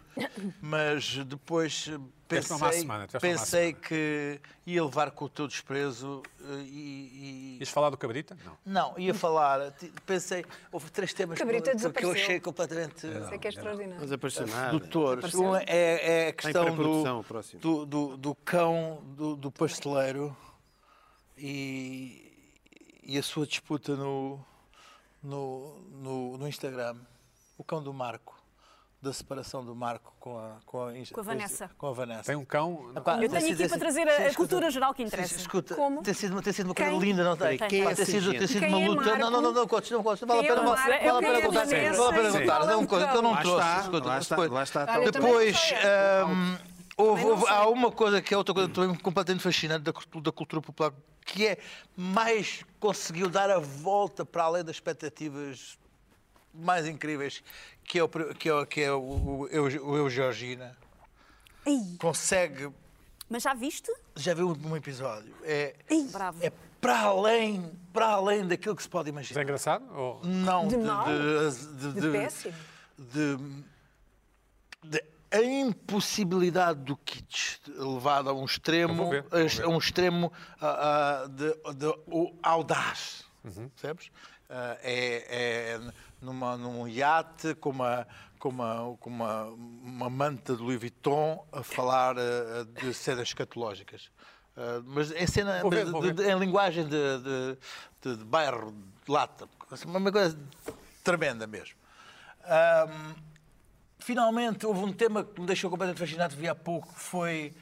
Speaker 5: mas depois eh,
Speaker 1: Tiveste uma má
Speaker 5: pensei,
Speaker 1: semana, tiveste uma má
Speaker 5: pensei que ia levar com o teu desprezo eh, e, e-
Speaker 1: Ias falar do cabrita? Não.
Speaker 5: não ia falar. Ti- Pensei, houve três temas que,
Speaker 3: Cabrita
Speaker 5: eu- que eu
Speaker 3: desapareceu.
Speaker 5: achei completamente
Speaker 3: Isso é que é extraordinário.
Speaker 2: Mas apareceu nada.
Speaker 5: sedutores. Um é, é a questão
Speaker 2: pré-produção,
Speaker 5: do,
Speaker 2: próximo.
Speaker 5: do, do- do cão do, do pasteleiro e, e a sua disputa no, no, no, no Instagram. O cão do Marco, da separação do Marco com a, com a, Insta-
Speaker 4: Com a Vanessa.
Speaker 5: Com a Vanessa.
Speaker 1: Tem um cão.
Speaker 5: Epá,
Speaker 4: Eu tenho
Speaker 5: tem sido-
Speaker 4: aqui para
Speaker 5: tem sido-
Speaker 4: trazer a-
Speaker 5: assim. sim,
Speaker 4: a
Speaker 5: escuta,
Speaker 4: cultura geral que
Speaker 5: sim,
Speaker 4: interessa.
Speaker 5: Escuta,
Speaker 3: Como?
Speaker 5: tem sido, uma- tem sido uma coisa
Speaker 3: Quem?
Speaker 5: linda, não tem?
Speaker 4: Quem é
Speaker 5: tem,
Speaker 2: essa
Speaker 5: sido, tem
Speaker 2: gente?
Speaker 5: sido
Speaker 3: Quem
Speaker 5: uma
Speaker 3: é
Speaker 5: luta. Não, não, não, não contes, não contes. Não vale a
Speaker 3: Quem é
Speaker 5: pena, não vale
Speaker 3: Marco?
Speaker 5: a
Speaker 4: Quem é
Speaker 5: pena contar.
Speaker 4: Vanessa?
Speaker 5: Não vale a pena
Speaker 1: Sim.
Speaker 5: contar. É uma coisa que eu não
Speaker 2: Lá
Speaker 5: trouxe.
Speaker 2: está,
Speaker 5: escuta,
Speaker 2: lá está,
Speaker 5: escuta.
Speaker 2: lá está.
Speaker 3: Olha, eu também é.
Speaker 5: Depois,
Speaker 3: sei.
Speaker 5: hum, houve- houve- há uma coisa que é outra coisa também completamente fascinante da, cultu- da cultura popular, que é mais conseguiu dar a volta para além das expectativas mais incríveis, que é o, pre- que é, o- que é o, o, Eu- o Eu Georgina.
Speaker 4: Ei,
Speaker 5: Consegue.
Speaker 4: mas já viste?
Speaker 5: Já viu um episódio? É,
Speaker 4: Bravo.
Speaker 5: é para além, para além daquilo que se pode
Speaker 1: Mas é
Speaker 5: imaginar.
Speaker 1: engraçado? Ou...
Speaker 5: Não,
Speaker 3: De mau?
Speaker 5: de-
Speaker 3: De péssimo.
Speaker 5: de, de- a impossibilidade do kitsch levado a um
Speaker 1: Eu vou
Speaker 5: extremo,
Speaker 1: ver,
Speaker 5: a, a um extremo ah, ah, de, de- o audaz,
Speaker 1: Uhum.
Speaker 5: percebes? Ah, é, é numa, num iate com uma com uma, com uma, uma manta de Louis Vuitton a falar ah, ah, de cenas escatológicas. Ah, mas em cena,
Speaker 1: Vou ver,
Speaker 5: mas
Speaker 1: vou
Speaker 5: de-
Speaker 1: ver.
Speaker 5: de- em linguagem de, de- de- de bairro, de lata, assim, uma coisa tremenda mesmo. Ahm, finalmente houve um tema que me deixou completamente fascinado, vi há pouco, que foi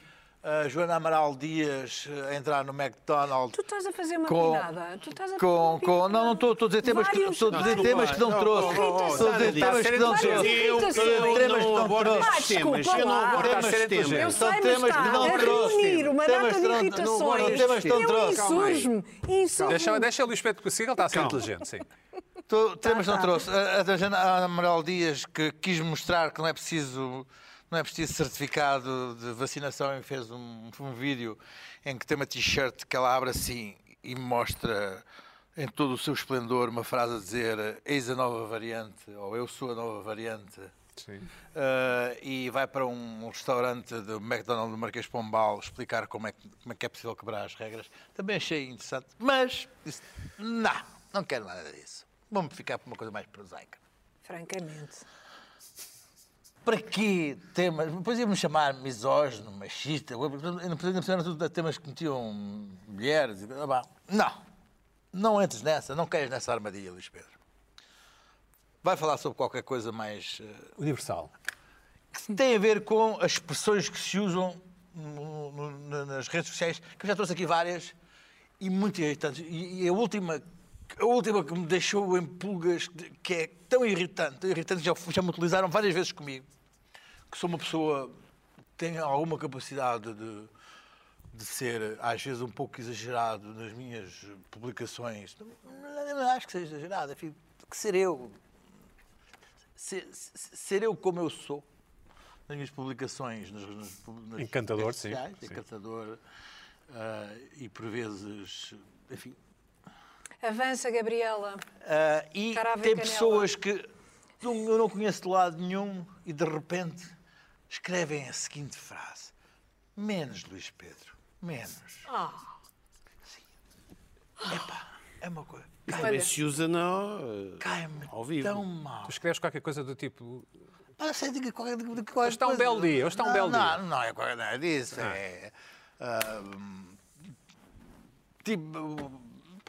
Speaker 5: a Joana Amaral Dias eh, entrar no McDonald's.
Speaker 3: Tu estás a fazer uma
Speaker 5: Com-
Speaker 3: piada. Tu estás a fazer
Speaker 5: Com,
Speaker 3: uma
Speaker 5: com, não, não
Speaker 3: piada.
Speaker 5: estou estou a dizer temas que,
Speaker 3: Vários-
Speaker 5: estou a dizer
Speaker 3: vários-
Speaker 5: temas que não trouxe. Estou a dizer temas que não
Speaker 3: Várias
Speaker 5: trouxe.
Speaker 3: irritações.
Speaker 5: Temas que não trouxe.
Speaker 3: Ah, desculpa
Speaker 2: Eu não
Speaker 3: lá.
Speaker 2: abordo
Speaker 5: Temas
Speaker 2: esses
Speaker 5: que não
Speaker 2: temas.
Speaker 3: Eu sei,
Speaker 5: São
Speaker 3: mas
Speaker 5: temas
Speaker 3: está
Speaker 5: que não
Speaker 3: a
Speaker 5: trouxe.
Speaker 3: reunir uma
Speaker 5: Temas
Speaker 3: data de
Speaker 5: que não- não-
Speaker 3: irritações.
Speaker 5: temas que não trouxe.
Speaker 3: Eu insurjo-me.
Speaker 1: Deixa,
Speaker 3: Insurjo-me.
Speaker 1: deixa o Luís Pedro conseguir, ele está a ser inteligente, sim.
Speaker 5: Tu, temas não trouxe. A, a da Jana Amaral Dias que quis mostrar que não é preciso não é preciso certificado de vacinação e fez um, um vídeo em que tem uma t-shirt que ela abre assim e mostra em todo o seu esplendor uma frase a dizer eis a nova variante ou eu sou a nova variante
Speaker 1: Sim.
Speaker 5: Ah, e vai para um restaurante do McDonald's do Marquês de Pombal explicar como é, que, como é que é possível quebrar as regras. Também achei interessante, mas disse, não, não quero nada disso. Vamos ficar por uma coisa mais prosaica.
Speaker 3: Francamente.
Speaker 5: Para que temas? Depois ia-me chamar misógino, machista, ainda por cima eram tudo temas que metiam mulheres. e blá, blá. Não, não entres nessa, não caias nessa armadilha, Luís Pedro. Vai falar sobre qualquer coisa mais eh,
Speaker 1: Universal.
Speaker 5: que tem a ver com as expressões que se usam no- no- no- nas redes sociais, que eu já trouxe aqui várias e muito irritantes. E, e a última. A última que me deixou em pulgas, de- que é tão irritante, tão irritante, já, já me utilizaram várias vezes comigo, que sou uma pessoa que tem alguma capacidade de, de ser, às vezes, um pouco exagerado nas minhas publicações. Não, não acho que seja exagerado, enfim, que ser eu. Ser- ser ser eu como eu sou nas minhas publicações. Nas, nas, nas
Speaker 1: Encantador,
Speaker 5: redes
Speaker 1: sim,
Speaker 5: sociais,
Speaker 1: sim.
Speaker 5: Encantador. ah, e por vezes, enfim.
Speaker 3: Avança, Gabriela.
Speaker 5: Ah, e
Speaker 3: Carava e
Speaker 5: tem
Speaker 3: Canela.
Speaker 5: pessoas que não- eu não conheço de lado nenhum e de repente escrevem a seguinte frase: Menos Luís Pedro, menos.
Speaker 3: Ah,
Speaker 5: É uma coisa.
Speaker 2: Também se usa na.
Speaker 5: Cai-me
Speaker 2: Ao vivo.
Speaker 5: tão mal.
Speaker 1: Tu escreves qualquer coisa do tipo.
Speaker 5: Ah, sei de que qualquer, de, de que qualquer
Speaker 1: Hoje está um
Speaker 5: coisa.
Speaker 1: belo dia, hoje está um
Speaker 5: não,
Speaker 1: belo
Speaker 5: não,
Speaker 1: dia.
Speaker 5: Não, não é qualquer nada disso. É, ah, hum, tipo,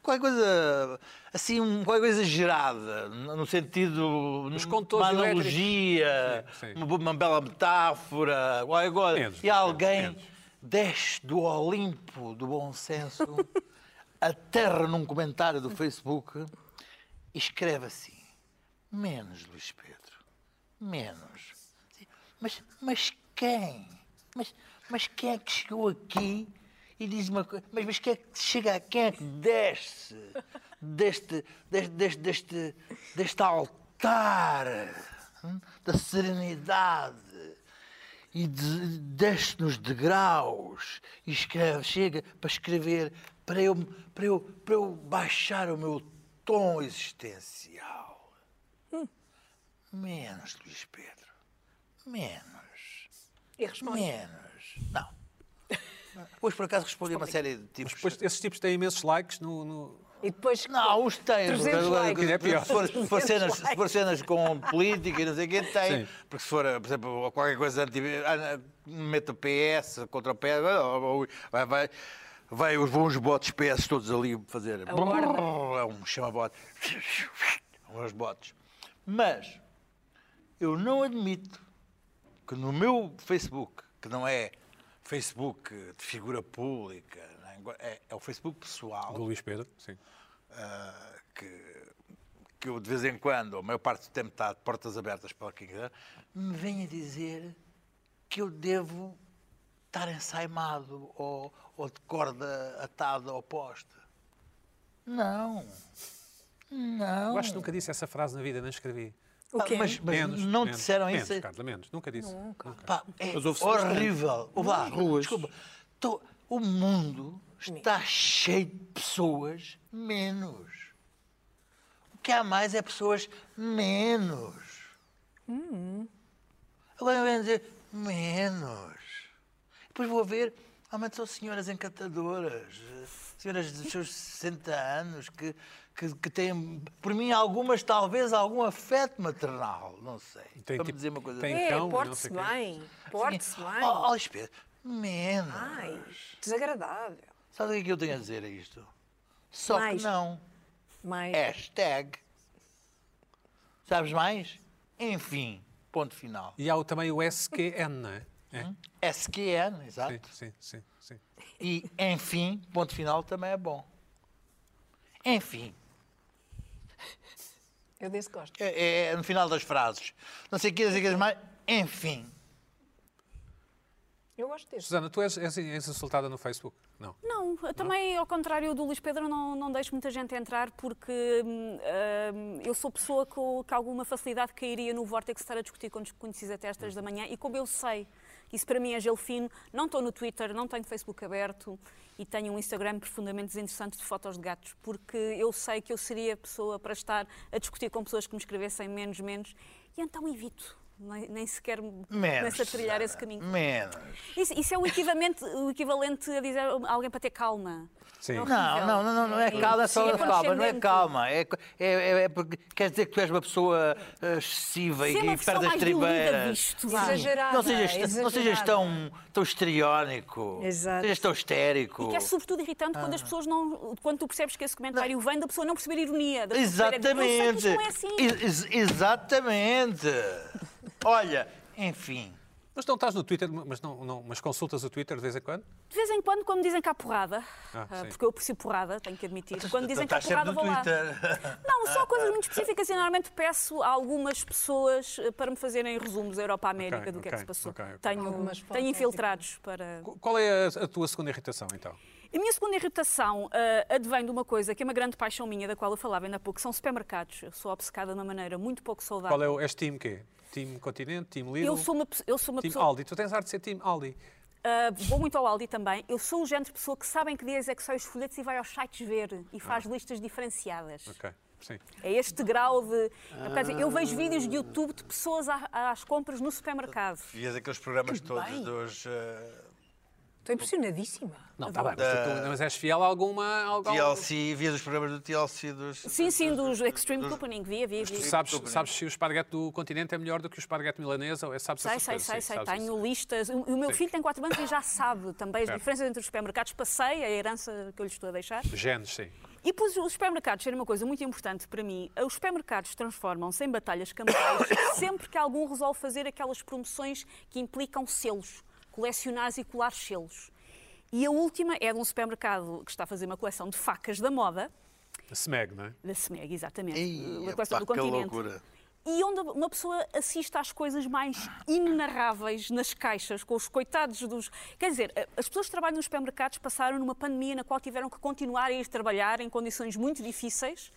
Speaker 5: qualquer coisa, assim, um- qualquer coisa exagerada, no no sentido, Os
Speaker 1: condutores
Speaker 5: uma
Speaker 1: elétricos.
Speaker 5: analogia,
Speaker 1: Sim, sim.
Speaker 5: Uma, bo- uma bela metáfora, qualquer coisa.
Speaker 1: Menos,
Speaker 5: e alguém
Speaker 1: menos.
Speaker 5: desce do Olimpo do bom senso, aterra num comentário do Facebook e escreve assim, menos Luís Pedro menos. Mas, mas quem? Mas, mas quem é que chegou aqui e diz uma coisa? Mas, mas quem é que chega aqui? Quem é que desce deste, deste, deste, deste, deste altar hum, da serenidade? E de- desce nos degraus e escreve, chega para escrever, para eu, para, eu, para eu baixar o meu tom existencial. Menos, Luís Pedro. Menos.
Speaker 3: e responde.
Speaker 5: Menos. Não. Hoje, por acaso, respondi a uma série de tipos.
Speaker 1: Pois, esses tipos têm imensos likes no. no-
Speaker 3: E depois.
Speaker 5: Não, os tem.
Speaker 3: 300 likes.
Speaker 1: É pior.
Speaker 5: Se for, se for cenas, se for cenas com política e não sei o quê, tem.
Speaker 1: Sim.
Speaker 5: Porque se for, por exemplo, qualquer coisa anti. ah, Mete o PS contra o PS. Vai, vai, vai os bons botes PS todos ali fazer.
Speaker 3: A horda.
Speaker 5: É um chama-bote. Uns botes. Mas eu não admito que no meu Facebook, que não é Facebook de figura pública, nem go- é, é o Facebook pessoal
Speaker 1: Do Luís Pedro, sim.
Speaker 5: ah, que, que eu de vez em quando, a maior parte do tempo está de portas abertas para quem quiser, me venha dizer que eu devo estar ensaimado ou, ou de corda atada ao poste. Não. Não.
Speaker 1: Eu acho que nunca disse essa frase na vida, nem escrevi.
Speaker 3: O quê?
Speaker 5: Mas, mas não
Speaker 1: menos,
Speaker 5: disseram
Speaker 1: menos,
Speaker 5: isso.
Speaker 1: Carla, menos. Nunca disse. Nunca.
Speaker 5: Pá, é
Speaker 2: Mas ouve-se
Speaker 5: horrível. Ô, vá,
Speaker 2: ruas.
Speaker 5: Desculpa. Tô- o mundo está cheio de pessoas menos. O que há mais é pessoas menos. Agora vem dizer menos. Depois vou ver, realmente são senhoras encantadoras, eh, senhoras dos seus 60 anos, que, que, que têm, por mim, algumas, talvez, algum afeto maternal, não sei.
Speaker 1: Tem
Speaker 5: Vamos
Speaker 1: tipo-
Speaker 5: dizer uma coisa assim.
Speaker 1: tem-
Speaker 3: É,
Speaker 1: Então, não
Speaker 3: porte-se
Speaker 1: sei o quê.
Speaker 3: bem. Porte-se bem.
Speaker 5: Ó,
Speaker 2: Oh,
Speaker 5: ó, espelho, Oh, menos.
Speaker 3: Ai, desagradável.
Speaker 5: Sabe o que é que eu tenho a dizer a isto? Só
Speaker 3: Mais.
Speaker 5: que não.
Speaker 3: Mas
Speaker 2: É.
Speaker 5: Hashtag. Sabes mais? Enfim. Ponto final.
Speaker 1: E há o- também o SQN, não é? É,
Speaker 5: SQN, exato.
Speaker 1: Sim, sim, sim. sim.
Speaker 5: E enfim, ponto final também é bom. Enfim.
Speaker 3: eu desse gosto.
Speaker 5: É, é no final das frases. Não sei o que, não sei o que mais. Enfim.
Speaker 3: Eu gosto deste.
Speaker 1: Susana, tu és, és- és insultada no Facebook? Não.
Speaker 4: Não,
Speaker 5: é?
Speaker 4: eu também, ao contrário do Luís Pedro, não, não deixo muita gente entrar porque hum, hum, eu sou pessoa que, eu- que alguma facilidade cairia no vórtice de estar a discutir com desconhecidos até às três da manhã e como eu sei, que isso para mim é gelo fino, não estou no Twitter, não tenho Facebook aberto e tenho um Instagram profundamente desinteressante de fotos de gatos porque eu sei que eu seria a pessoa para estar a discutir com pessoas que me escrevessem menos, menos e então evito. Nem, nem sequer me
Speaker 5: Menos.
Speaker 4: começo a trilhar esse
Speaker 5: Susana,
Speaker 4: caminho.
Speaker 5: Menos.
Speaker 4: Isso, isso é o equivalente, o equivalente a dizer a alguém para ter calma.
Speaker 1: Sim.
Speaker 5: Não, não, não, não, não é calma, é só
Speaker 4: É Sim, é
Speaker 5: calma, não é
Speaker 4: condescendente.
Speaker 5: calma. É, é, é- é porque quer dizer que tu és uma pessoa eh, excessiva
Speaker 4: Sim, é
Speaker 5: e
Speaker 4: uma
Speaker 5: que
Speaker 4: versão
Speaker 5: perde as
Speaker 4: mais diluída
Speaker 5: tribeiras.
Speaker 4: disto. vá.
Speaker 3: Exagerada.
Speaker 5: Não sejas, não sejas
Speaker 3: exagerada.
Speaker 5: tão, tão histriónico,
Speaker 6: Exato.
Speaker 5: sejas tão histérico.
Speaker 4: E que é sobretudo irritante quando as pessoas não. quando tu percebes que esse comentário vem da pessoa não perceber a ironia. Da pessoa perceber, Eu sei que
Speaker 5: Exatamente.
Speaker 4: isto não é assim.
Speaker 5: Ex- ex- exatamente. Olha, enfim.
Speaker 1: Mas não estás no Twitter, mas, não, não- mas consultas o Twitter de vez em quando?
Speaker 4: De vez em quando, quando dizem que há porrada,
Speaker 1: Ah,
Speaker 4: ah,
Speaker 1: sim.
Speaker 4: porque eu aprecio porrada, tenho que admitir. Quando dizem que há
Speaker 5: então estás sempre
Speaker 4: porrada,
Speaker 5: no
Speaker 4: vou lá.
Speaker 5: Twitter.
Speaker 4: Não, só coisas muito específicas e normalmente peço a algumas pessoas eh, para me fazerem resumos da Europa à América
Speaker 1: Ok,
Speaker 4: do que é
Speaker 1: ok,
Speaker 4: que se passou.
Speaker 1: ok, ok.
Speaker 4: Tenho,
Speaker 3: Algumas
Speaker 4: tenho
Speaker 3: fotos,
Speaker 4: infiltrados para.
Speaker 1: Qu- Qual é a, a tua segunda irritação, então?
Speaker 4: A minha segunda irritação ah, advém de uma coisa que é uma grande paixão minha, da qual eu falava ainda há pouco, são supermercados. Eu sou obcecada de uma maneira muito pouco saudável.
Speaker 1: Qual é o. És time quê? Time Continente? Time Lidl?
Speaker 4: Eu sou uma, pe- eu sou uma
Speaker 1: Time
Speaker 4: pessoa.
Speaker 1: Aldi. Tu tens arte de ser time Aldi.
Speaker 4: ah, vou muito ao Aldi também. Eu sou o género de pessoa que sabem que dias é que sai os folhetos e vai aos sites ver e faz
Speaker 1: Ah.
Speaker 4: listas diferenciadas.
Speaker 1: Ok, sim.
Speaker 4: É este grau de. Quer dizer, eu vejo vídeos de YouTube de pessoas a- às compras no supermercado.
Speaker 1: Ah.
Speaker 5: Vias aqueles programas todos
Speaker 4: bem.
Speaker 5: dos. eh,
Speaker 3: Estou impressionadíssima.
Speaker 1: Não, está bem, mas, tu- mas és fiel a alguma. Algo,
Speaker 5: TLC, vias os programas do TLC dos.
Speaker 4: Sim, sim, dos Extreme Couponing, via, via,
Speaker 1: Tu
Speaker 4: via.
Speaker 1: sabes, sabes se o esparguete do continente é melhor do que o esparguete milanês? Ou é, sabes
Speaker 4: Sei,
Speaker 1: essas
Speaker 4: sei,
Speaker 1: coisas,
Speaker 4: sei,
Speaker 1: sim,
Speaker 4: sei.
Speaker 1: sabes isso.
Speaker 4: Tenho listas. O, o meu
Speaker 1: Sim.
Speaker 4: filho tem quatro anos e já sabe também as
Speaker 1: Certo.
Speaker 4: diferenças entre os supermercados. Passei a herança que eu lhe estou a deixar.
Speaker 1: Genes, sim.
Speaker 4: E pois, os supermercados serem uma coisa muito importante para mim. Os supermercados transformam-se em batalhas campais sempre que algum resolve fazer aquelas promoções que implicam selos, colecionares e colar selos. E a última é de um supermercado que está a fazer uma coleção de facas da moda,
Speaker 1: Smeg, não é?
Speaker 4: da SMEG, exatamente,
Speaker 5: Ei,
Speaker 4: uma coleção
Speaker 5: epá,
Speaker 4: do
Speaker 5: que
Speaker 4: continente.
Speaker 5: loucura.
Speaker 4: E onde uma pessoa assiste às coisas mais inenarráveis nas caixas, com os coitados dos. Quer dizer, a- as pessoas que trabalham nos supermercados passaram numa pandemia na qual tiveram que continuar a ir trabalhar em condições muito difíceis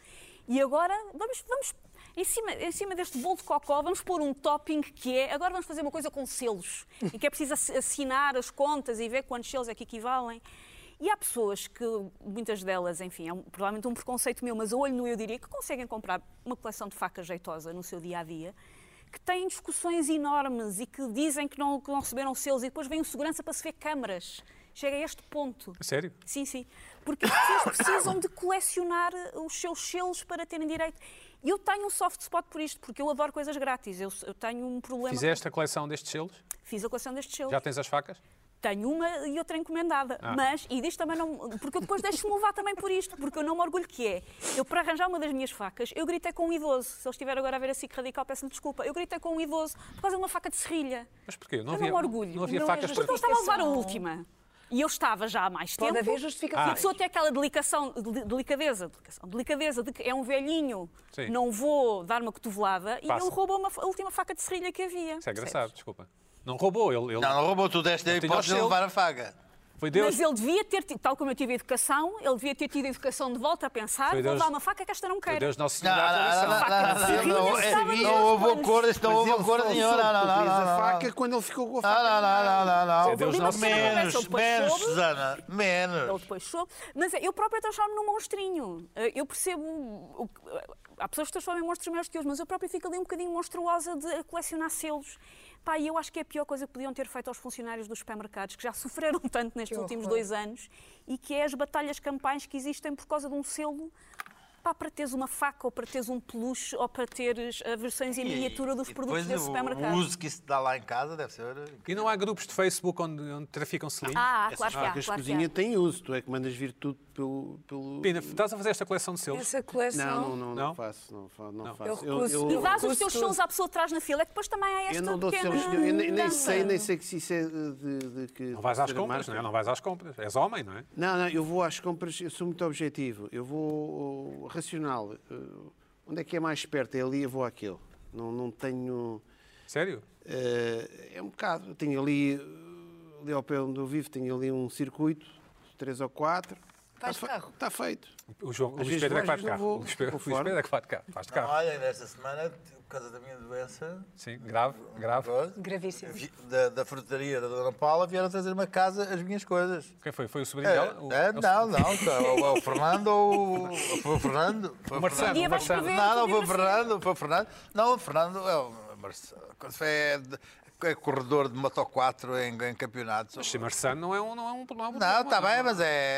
Speaker 4: e agora vamos. vamos em cima, em cima deste bolo de cocó, vamos pôr um topping que é. Agora vamos fazer uma coisa com selos, em que é preciso ass- assinar as contas e ver quantos selos é que equivalem. E há pessoas que, muitas delas, enfim, é um- provavelmente um preconceito meu, mas a olho nu eu diria que conseguem comprar uma coleção de facas jeitosa no seu dia a dia, que têm discussões enormes e que dizem que não, que não receberam selos e depois vem o segurança para se ver câmaras. Chega a este ponto.
Speaker 1: A Sério?
Speaker 4: Sim, sim. Porque as pessoas precisam de colecionar eh, os seus selos para terem direito. E eu tenho um soft spot por isto, porque eu adoro coisas grátis. Eu, eu tenho um problema.
Speaker 1: Fizeste a coleção destes selos?
Speaker 4: Fiz a coleção destes selos.
Speaker 1: Já tens as facas?
Speaker 4: Tenho uma e outra encomendada.
Speaker 1: Ah.
Speaker 4: Mas, e disto também não. Porque eu depois deixo-me levar também por isto, porque eu não me orgulho que é. Eu, para arranjar uma das minhas facas, eu gritei com um idoso. Se ele estiver agora a ver a SIC radical, peço-lhe desculpa. Eu gritei com um idoso por causa de uma faca de serrilha.
Speaker 1: Mas porquê?
Speaker 4: eu não me orgulho.
Speaker 1: Não havia
Speaker 3: Não é
Speaker 1: facas
Speaker 3: justo.
Speaker 4: Porque eu
Speaker 1: para.
Speaker 4: estava a levar a
Speaker 3: Justificação.
Speaker 4: última. E eu estava já há mais tempo.
Speaker 3: Pode
Speaker 4: E
Speaker 3: haver
Speaker 4: a
Speaker 1: Ah.
Speaker 2: Ah,
Speaker 3: justificações.
Speaker 4: pessoa tem aquela delicação, de- delicadeza, delicação, delicadeza de que é um velhinho,
Speaker 1: Sim.
Speaker 4: não vou dar uma cotovelada, e
Speaker 1: Passa.
Speaker 4: ele roubou uma, a última faca de serrilha que havia.
Speaker 1: Isso é
Speaker 4: percebes?
Speaker 1: engraçado, desculpa. Não roubou, ele, ele-
Speaker 5: Não, não roubou, tu deste a
Speaker 1: tinha
Speaker 5: hipótese de
Speaker 1: selo.
Speaker 5: levar a faga.
Speaker 1: foi Deus.
Speaker 4: Mas ele devia ter tido, tal como eu tive educação, ele devia ter tido a educação de volta a pensar,
Speaker 1: Foi
Speaker 4: vou
Speaker 1: Deus-
Speaker 4: dar uma faca que esta não
Speaker 1: Foi
Speaker 4: quero.
Speaker 1: Deus nosso
Speaker 5: Não,
Speaker 1: Senhor. da
Speaker 5: não,
Speaker 1: Aparição.
Speaker 5: não, não, não, não, não, não, não, não houve um acordo, isto não houve acordo nenhum, não, não, não,
Speaker 2: Utiliza a
Speaker 5: não, não.
Speaker 2: faca quando ele ficou com a
Speaker 5: Não,
Speaker 2: faca.
Speaker 5: não, não, não, não,
Speaker 1: Deus
Speaker 5: não.
Speaker 1: nosso Senhor.
Speaker 5: Menos,
Speaker 4: Depois
Speaker 5: menos,
Speaker 4: soube.
Speaker 5: Susana,
Speaker 4: Ele
Speaker 5: menos.
Speaker 4: depois soube. Mas eu própria transformo-me num monstrinho. Eh, Eu percebo. o que- Há pessoas que transformam em monstros maiores que eu, mas eu própria fico ali um bocadinho monstruosa de colecionar selos. Pá, e eu acho que é a pior coisa que podiam ter feito aos funcionários dos supermercados, que já sofreram tanto nestes
Speaker 3: Que
Speaker 4: últimos
Speaker 3: horror.
Speaker 4: dois anos, e que é as batalhas campais que existem por causa de um selo. Pá, para teres uma faca, ou para teres um peluche, ou para teres eh, versões em miniatura dos
Speaker 5: E
Speaker 4: produtos
Speaker 5: depois
Speaker 4: desse
Speaker 5: o-
Speaker 4: supermercado.
Speaker 5: O uso que isso dá lá em casa deve ser.
Speaker 1: E não há grupos de Facebook onde, onde traficam-se lindos?
Speaker 4: Ah, claro que há,
Speaker 2: Facas de
Speaker 4: claro que há.
Speaker 2: cozinha têm uso, tu é que mandas vir tudo pelo. pelo...
Speaker 1: Pina, estás a fazer esta coleção de selos?
Speaker 3: Essa coleção.
Speaker 2: Não, não, não,
Speaker 1: Não?
Speaker 2: não faço, não fa- não
Speaker 3: Eu
Speaker 2: faço.
Speaker 3: recuso.
Speaker 4: E dás os
Speaker 3: Custo-
Speaker 4: teus selos à pessoa atrás na fila, é que depois também há esta
Speaker 2: Eu não dou
Speaker 4: pequena
Speaker 2: selos, eu nem, nem
Speaker 4: mudança.
Speaker 2: sei, nem sei que se isso é de, de que.
Speaker 1: Não vais às compras, não é? Não vais às compras. És homem, não é?
Speaker 2: Não, não, eu vou às compras, eu sou muito objetivo, eu vou oh, racional. eh, onde é que é mais perto? É ali, eu vou àquele. Não, não tenho.
Speaker 1: Sério?
Speaker 2: eh, é um bocado. Eu tenho ali, eh, ali ao pé onde eu vivo, tenho ali um circuito, três ou quatro.
Speaker 3: Vais de
Speaker 2: Está fe-
Speaker 3: carro?
Speaker 2: Está feito.
Speaker 1: O João, o
Speaker 2: Às
Speaker 1: Luís
Speaker 2: vezes
Speaker 1: Pedro é
Speaker 2: vou,
Speaker 1: que vai
Speaker 2: às
Speaker 1: de
Speaker 2: vezes não
Speaker 1: carro.
Speaker 2: vou.
Speaker 1: O Luís Pedro-
Speaker 2: Vou
Speaker 1: o Luís Pedro
Speaker 2: fora.
Speaker 1: é que vai de carro. Vais de carro.
Speaker 5: Olha, nesta semana, por causa da minha doença,
Speaker 1: Sim, grave, grave.
Speaker 5: coisa,
Speaker 3: Gravíssimo.
Speaker 5: vi- da, da frutaria da Dona Paula, vieram trazer uma casa as minhas coisas.
Speaker 1: Quem foi? Foi o sobrinho
Speaker 5: É,
Speaker 1: dela? O-
Speaker 5: é,
Speaker 1: é
Speaker 3: Um
Speaker 1: o-
Speaker 5: não, não, tá, ou é o Fernando ou o- foi o Fernando. Foi
Speaker 1: O Marcelo,
Speaker 4: Um dia
Speaker 1: o
Speaker 4: vais
Speaker 1: Marcelo.
Speaker 4: escrever.
Speaker 5: Não, não,
Speaker 4: um
Speaker 5: foi o
Speaker 4: livro assim.
Speaker 5: Fernando, foi o Fernando. Não, o Fernando é o Marcelo. Quando foi é, de- é corredor de Moto 4 em, em campeonatos.
Speaker 1: Mas sim, Marçano não é um. Não, é um, não, é um
Speaker 5: Não,
Speaker 2: tá
Speaker 5: está
Speaker 1: não é
Speaker 5: bem,
Speaker 1: um-
Speaker 5: mas é.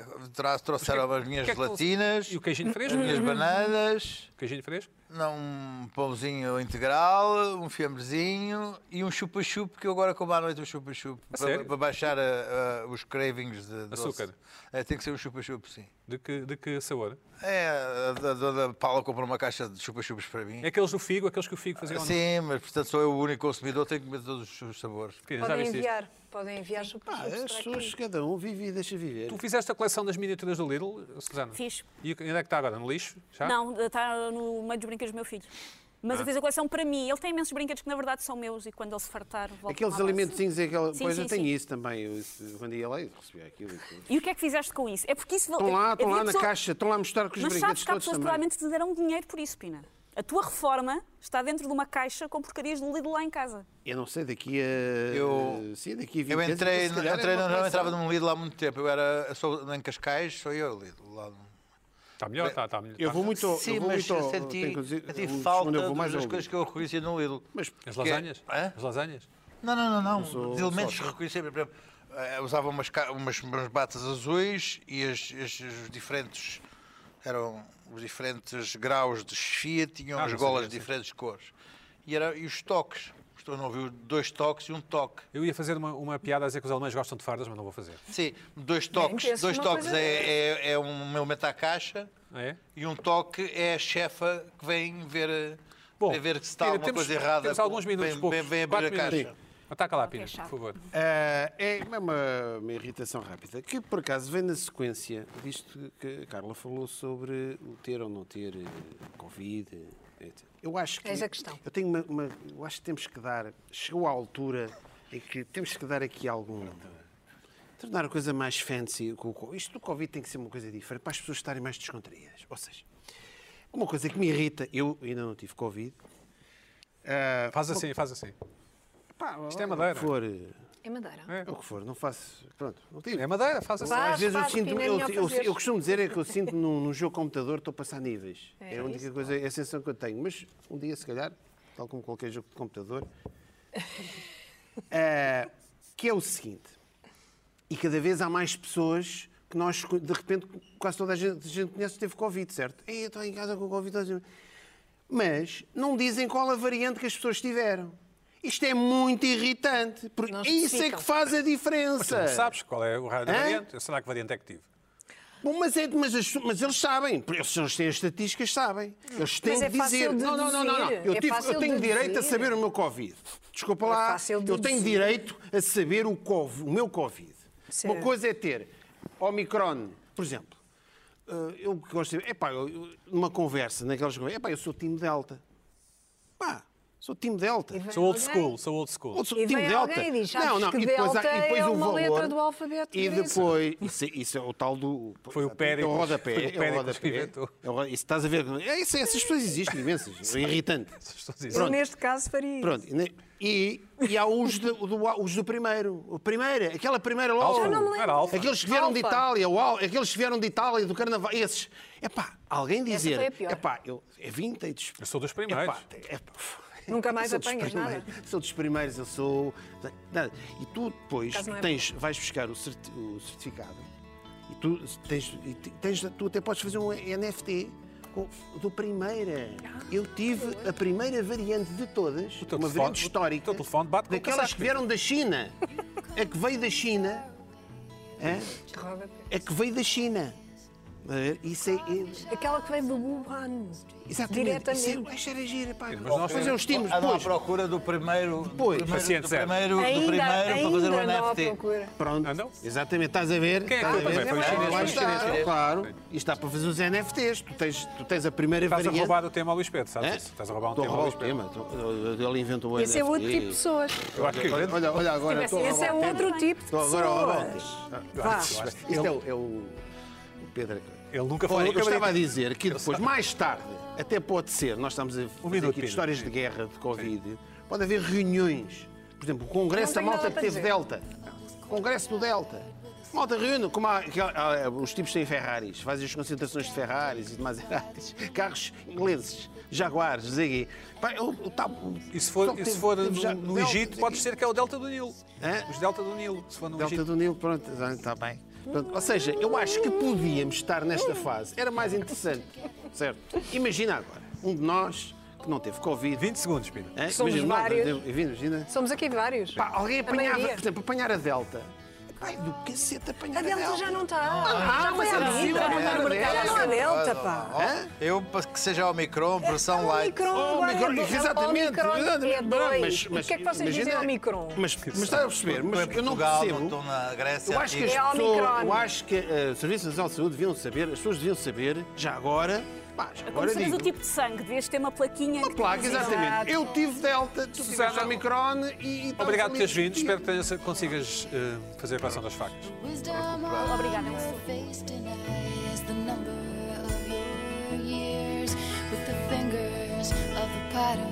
Speaker 5: é, tra- Trouxeram as minhas
Speaker 1: que é que é eles-
Speaker 5: gelatinas,
Speaker 1: E o queijinho
Speaker 5: as
Speaker 1: fresco?
Speaker 2: Uhum.
Speaker 5: minhas bananas,
Speaker 1: Queijinho fresco?
Speaker 5: não, um pãozinho integral, um fiambrezinho e um chupa-chupa, que eu agora como à noite um chupa-chupa. Para,
Speaker 1: sério?
Speaker 5: para baixar a- a- os cravings de doce.
Speaker 1: Açúcar.
Speaker 5: É, tem que ser um chupa-chupa, sim.
Speaker 1: De que, de que sabor?
Speaker 5: É, a, a dona Paula comprou uma caixa de chupa-chupas para mim.
Speaker 1: É aqueles do figo, aqueles que o figo fazia. ou não?
Speaker 5: Sim, mas portanto sou eu o único consumidor, tenho que comer todos os sabores.
Speaker 1: Pina, já
Speaker 3: Podem
Speaker 1: viste isto?
Speaker 3: enviar. Podem enviar super
Speaker 2: Ah, as pessoas, cada um vive e deixa viver.
Speaker 1: Tu fizeste a coleção das miniaturas do Lidl, Susana?
Speaker 4: Fiz.
Speaker 2: Tá?
Speaker 1: E onde é que está agora? No lixo? Já?
Speaker 4: tá Não, está no meio dos brinquedos do meu filho.
Speaker 2: Ah.
Speaker 4: Mas eu fiz a coleção para mim. Ele tem imensos brinquedos que, na verdade, são meus e quando ele se fartar, volta
Speaker 2: Aqueles alimentozinhos, é aquela...
Speaker 4: Sim,
Speaker 2: pois
Speaker 4: sim,
Speaker 2: eu tenho
Speaker 4: sim.
Speaker 2: isso também. Eu, isso- quando ia lá, eu recebia aquilo. e tudo.
Speaker 4: E o que é que fizeste com isso? É porque isso
Speaker 2: Estão lá, estão lá
Speaker 4: havia
Speaker 2: na
Speaker 4: pessoas-
Speaker 2: caixa, estão lá a mostrar com os
Speaker 4: Mas sabes
Speaker 2: brinquedos
Speaker 4: que há
Speaker 2: todos
Speaker 4: pessoas que
Speaker 2: também.
Speaker 4: provavelmente te darão dinheiro por isso, Pina. A tua reforma está dentro de uma caixa com porcarias de Lidl lá em casa.
Speaker 2: Eu não sei, daqui a. eh,
Speaker 5: Eu-
Speaker 2: Sim, daqui a 20
Speaker 5: Eu
Speaker 2: anos,
Speaker 5: entrei,
Speaker 2: se calhar,
Speaker 5: entrei
Speaker 2: é uma
Speaker 5: não, não
Speaker 2: coleção.
Speaker 5: entrava num Lidl há muito tempo. Eu era eu sou em Cascais, sou eu Lidl. Lá no...
Speaker 1: Está melhor, está, está melhor.
Speaker 2: Eu vou muito. ao-
Speaker 5: Sim,
Speaker 2: Então, eu vou
Speaker 5: mas
Speaker 2: muito ao-
Speaker 5: senti,
Speaker 2: tenho que dizer,
Speaker 5: senti
Speaker 2: onde-
Speaker 5: falta
Speaker 2: onde eu vou
Speaker 5: das
Speaker 2: mais ao-
Speaker 5: coisas que eu reconhecia no Lidl.
Speaker 2: Mas
Speaker 1: As lasanhas?
Speaker 5: Hã?
Speaker 1: As lasanhas?
Speaker 5: Não, não, não, não. de
Speaker 2: sou
Speaker 5: elementos
Speaker 2: sócio.
Speaker 5: reconhecíveis. Por exemplo, eh, usava umas, ca- umas, umas batas azuis e as, as- os diferentes. Eram os diferentes graus de chefia, tinham
Speaker 1: Ah,
Speaker 5: as
Speaker 1: não
Speaker 5: golas
Speaker 1: sabia,
Speaker 5: de
Speaker 1: sim.
Speaker 5: diferentes cores. E, era, e os toques. Estou a não ouvir dois toques e um toque.
Speaker 1: Eu ia fazer uma, uma piada a dizer que os alemães gostam de fardas, mas não vou fazer.
Speaker 5: Sim, dois toques.
Speaker 3: penso
Speaker 5: dois
Speaker 3: numa
Speaker 5: toques
Speaker 3: coisa
Speaker 5: é, é, é um elemento à caixa
Speaker 1: Ah, é?
Speaker 5: e um toque é a chefa que vem ver, eh, vem ver se está
Speaker 1: Pina,
Speaker 5: alguma coisa errada.
Speaker 1: Temos
Speaker 5: com-
Speaker 1: alguns minutos,
Speaker 5: vem,
Speaker 1: poucos.
Speaker 5: vem, vem abrir
Speaker 1: Quatro
Speaker 5: a caixa.
Speaker 1: minutos. Ataca lá, Pina,
Speaker 4: Ok, chato.
Speaker 1: por favor.
Speaker 2: Ah, é uma, uma- uma irritação rápida, que por acaso vem na sequência, visto que a Carla falou sobre o ter ou não ter eh, Covid, eh, etc. Eu acho que.
Speaker 3: Eis a questão.
Speaker 2: Eu, tenho uma- uma- eu acho que temos que dar. Chegou à altura em que temos que dar aqui algum. Tornar a coisa mais fancy. com o co- Isto do Covid tem que ser uma coisa diferente, para as pessoas estarem mais descontraídas. Ou seja, uma coisa que me irrita, eu ainda não tive Covid. ah,
Speaker 1: Faz assim, faz assim.
Speaker 2: pá,
Speaker 1: Isto é madeira.
Speaker 2: For, eh,
Speaker 3: É madeira.
Speaker 2: é o que for, não faço. Pronto, não tive.
Speaker 1: É madeira, faz assim.
Speaker 3: Vá.
Speaker 2: Às vezes eu
Speaker 3: faz,
Speaker 2: sinto,
Speaker 3: Pina, é
Speaker 2: eu,
Speaker 3: melhor
Speaker 2: eu-
Speaker 3: fazer.
Speaker 2: eu costumo dizer é que eu sinto num, num jogo de computador estou a passar níveis. É,
Speaker 3: É
Speaker 2: a única
Speaker 3: isso,
Speaker 2: coisa, é a sensação que eu tenho. Mas um dia, se calhar, tal como qualquer jogo de computador, eh, que é o seguinte, e cada vez há mais pessoas que nós, de repente, quase toda a gente, a gente conhece que teve Covid, certo? Ei, eu estou em casa com Covid. toda a gente- Mas não dizem qual a variante que as pessoas tiveram. Isto é muito irritante, porque
Speaker 3: Não
Speaker 2: isso é
Speaker 3: especificam.
Speaker 2: que faz a diferença.
Speaker 1: Não sabes qual é o raio da
Speaker 2: Hã?
Speaker 1: variante? Será que variante é que tive?
Speaker 2: Bom, mas, é- mas as- mas eles sabem, porque eles, eles têm as estatísticas, sabem. Eles têm
Speaker 3: Mas
Speaker 2: que
Speaker 3: é fácil
Speaker 2: dizer. não, não, não, não, não.
Speaker 3: deduzir,
Speaker 2: Eu,
Speaker 3: é
Speaker 2: tive- eu
Speaker 3: fácil
Speaker 2: tenho direito a
Speaker 3: deduzir.
Speaker 2: saber o meu Covid. Desculpa lá.
Speaker 3: fácil
Speaker 2: eu tenho
Speaker 3: deduzir.
Speaker 2: direito a saber o, cov- o meu Covid. Uma
Speaker 6: Certo.
Speaker 2: coisa é ter Omicron, por exemplo. Eh, eu que gosto de. Epá, eu- eu- numa conversa, naquelas conversas. Epá, eu sou time Delta. Pá, sou time Delta.
Speaker 3: vem
Speaker 1: Sou old
Speaker 3: alguém-
Speaker 1: school, sou old school.
Speaker 2: Outro
Speaker 3: E
Speaker 2: time
Speaker 3: vem
Speaker 2: um Delta.
Speaker 3: alguém e diz, "Sabes que
Speaker 2: há-
Speaker 3: Delta é uma letra do alfabeto
Speaker 2: E
Speaker 3: grego."
Speaker 2: depois, isso, isso é o tal do.
Speaker 1: Foi o Péricles.
Speaker 2: É o rodapé.
Speaker 1: Foi o
Speaker 2: é o
Speaker 1: Péricles
Speaker 2: rodapé.
Speaker 1: que inventou.
Speaker 2: É o ro- isso estás a ver. É, isso, essas pessoas existem imensas. É irritante.
Speaker 6: Eu, neste caso, faria isso.
Speaker 2: Pronto. né? E, e há os do, do- os do primeiro. O primeiro, aquela primeira logo.
Speaker 1: Alfa, não era alfa.
Speaker 2: Aqueles que vieram de
Speaker 3: Alfa.
Speaker 2: Itália, o Al- aqueles que vieram de Itália, do Carnaval, esses. Epá, alguém dizer.
Speaker 3: foi a pior.
Speaker 2: Epá, eu, é vintage.
Speaker 1: Eu sou dos primeiros.
Speaker 2: Epá, epá,
Speaker 3: Nunca mais
Speaker 2: eu sou dos
Speaker 3: apanhas nada.
Speaker 2: primeiros, Sou dos primeiros, eu sou. nada. E tu depois
Speaker 3: Caso não é
Speaker 2: tens, vais buscar o, certi- o certificado e tu tens, e te- tens- tu até podes fazer um NFT com- do primeira.
Speaker 3: Ah,
Speaker 2: Eu tive a primeira variante de todas,
Speaker 1: teu
Speaker 2: uma
Speaker 1: telefone- o-
Speaker 2: variante histórica.
Speaker 1: o teu telefone bate com o
Speaker 2: daquelas
Speaker 1: casaco,
Speaker 2: que vieram da China. A que veio da China. hã?
Speaker 3: Roda-
Speaker 2: A É que veio da China. A ver, Isso
Speaker 6: Ah,
Speaker 2: é. é-
Speaker 3: Aquela que veio do Wuhan.
Speaker 2: Exatamente. Isso é,
Speaker 3: Diretamente.
Speaker 2: esta era gira, pá.
Speaker 1: mas nós
Speaker 2: fazer
Speaker 1: temos-
Speaker 2: uns estímulos
Speaker 5: Andam à
Speaker 2: depois.
Speaker 5: procura do primeiro.
Speaker 2: Depois.
Speaker 5: do primeiro,
Speaker 1: Paciente
Speaker 5: do
Speaker 1: zero.
Speaker 5: primeiro, do
Speaker 3: Ainda,
Speaker 5: primeiro para fazer
Speaker 3: ainda não
Speaker 5: um
Speaker 3: à
Speaker 5: NFT.
Speaker 3: procura.
Speaker 2: Pronto.
Speaker 1: Andam?
Speaker 2: Exatamente, estás a ver?
Speaker 1: Quem é que
Speaker 2: Estás
Speaker 1: foi
Speaker 2: a ver?
Speaker 1: primeiro? Foi os
Speaker 2: Lá
Speaker 1: chineses,
Speaker 2: está,
Speaker 1: foi os chineses.
Speaker 2: Claro. E está para fazer os NFTs. Tu tens, tu tens a primeira
Speaker 1: Estás a
Speaker 2: variante.
Speaker 1: roubar o tema ao Luís Pedro,
Speaker 2: Hã?
Speaker 1: sabes? isso? Estás a roubar um
Speaker 2: Estou
Speaker 1: tema ao Luís
Speaker 2: o
Speaker 1: Pedro.
Speaker 2: tema. Estou- Ele inventou o
Speaker 6: Esse é outro tipo de
Speaker 2: NFT.
Speaker 6: pessoas.
Speaker 1: Eu acho que
Speaker 2: Olha, olha, olha agora.
Speaker 4: Tivesse-
Speaker 2: estou a
Speaker 6: Esse é
Speaker 2: roubar o tema.
Speaker 6: outro tipo de
Speaker 2: Estou agora a roubar o
Speaker 6: pessoas.
Speaker 2: tema.
Speaker 6: Vá.
Speaker 2: Isto é o, é o- o Pedro.
Speaker 1: Ele nunca falou
Speaker 2: Olha,
Speaker 1: que
Speaker 2: eu
Speaker 1: eu Um
Speaker 2: estava a dizer que depois, mais tarde, até pode ser, nós estamos a fazer
Speaker 1: minuto,
Speaker 2: aqui de
Speaker 1: Pedro.
Speaker 2: histórias de guerra, de Covid, pode haver reuniões. Por exemplo, o Congresso
Speaker 3: Não
Speaker 2: da
Speaker 3: tenho
Speaker 2: Malta
Speaker 3: nada
Speaker 2: que
Speaker 3: para
Speaker 2: teve
Speaker 3: dizer.
Speaker 2: Delta. Congresso do Delta. Malta reúne, como há, aquela- ah, os tipos têm Ferraris, fazem as concentrações de Ferraris e de Maseratis, carros ingleses, Jaguares, não sei o quê. Pá, o- o tal-
Speaker 1: E se for,
Speaker 2: só que
Speaker 1: e se
Speaker 2: teve-
Speaker 1: for
Speaker 2: teve já-
Speaker 1: no, no
Speaker 2: Delta, não
Speaker 1: Egito,
Speaker 2: sei
Speaker 1: pode
Speaker 2: quê.
Speaker 1: ser que é o Delta do Nilo.
Speaker 2: Hã?
Speaker 1: Os Delta do Nilo, se for no
Speaker 2: Delta
Speaker 1: Egito.
Speaker 2: do Nilo, Então, pronto, está bem. Pronto, ou seja, eu acho que podíamos estar nesta fase. Era mais interessante, certo? Imagina agora, um de nós que não teve Covid.
Speaker 1: 20 segundos, Pina.
Speaker 2: hein?
Speaker 3: somos
Speaker 2: imagina,
Speaker 3: vários.
Speaker 2: não, teve- imagina.
Speaker 3: Somos aqui vários.
Speaker 2: Pá, alguém
Speaker 3: A
Speaker 2: apanhava,
Speaker 3: maioria.
Speaker 2: por exemplo, apanhar a Delta. Ai, do cacete apanhar
Speaker 3: A
Speaker 2: a Delta.
Speaker 3: Delta já não está.
Speaker 2: Ah,
Speaker 3: já
Speaker 2: mas
Speaker 3: foi
Speaker 2: é
Speaker 3: à
Speaker 2: possível
Speaker 3: vida.
Speaker 2: apanhar a
Speaker 6: Ela
Speaker 2: Delta.
Speaker 6: não é delta, pá.
Speaker 2: Hã?
Speaker 5: Eu, para que seja Omicron, versão light.
Speaker 3: É Omicron,
Speaker 2: Oh,
Speaker 3: agora
Speaker 2: Omicron,
Speaker 3: é dois.
Speaker 2: exatamente.
Speaker 3: Omicron é
Speaker 2: exatamente.
Speaker 3: dois.
Speaker 2: Mas-
Speaker 3: o
Speaker 2: mas-
Speaker 3: que é que vocês dizem
Speaker 2: imagina-
Speaker 3: ao Micron?
Speaker 2: Mas, mas estás a perceber, mas
Speaker 5: Estou em
Speaker 2: eu não
Speaker 5: Portugal,
Speaker 2: percebo.
Speaker 5: Estou na Grécia.
Speaker 2: Eu acho que as
Speaker 5: antiga.
Speaker 3: É
Speaker 2: pessoas,
Speaker 3: Omicron.
Speaker 2: eu acho que eh, o Serviço Nacional de Saúde deviam saber, as pessoas deviam saber, já agora, Mas,
Speaker 4: Como
Speaker 2: agora
Speaker 4: sabes
Speaker 2: digo,
Speaker 4: o tipo de sangue, devias ter uma plaquinha.
Speaker 2: uma
Speaker 4: que
Speaker 2: placa,
Speaker 4: diz-
Speaker 2: exatamente. Eu tive delta, tu
Speaker 1: Susana,
Speaker 2: tiveste Omicron e... e tal,
Speaker 1: Obrigado por teres
Speaker 2: também
Speaker 1: vindo.
Speaker 2: tive.
Speaker 1: Espero que tenhas- consigas eh, fazer a coleção das facas.
Speaker 7: Wisdom all
Speaker 4: Obrigada,
Speaker 7: in
Speaker 4: é um
Speaker 7: your face denies the number of your years with the fingers of the potter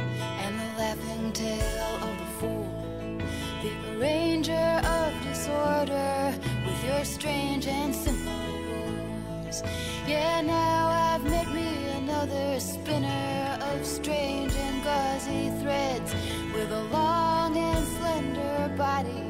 Speaker 7: and the laughing tail of the fool, the arranger of disorder with your strange and simple rules. Yeah, now I've met me another spinner of strange and gauzy threads with a long and slender body Oh, Oh,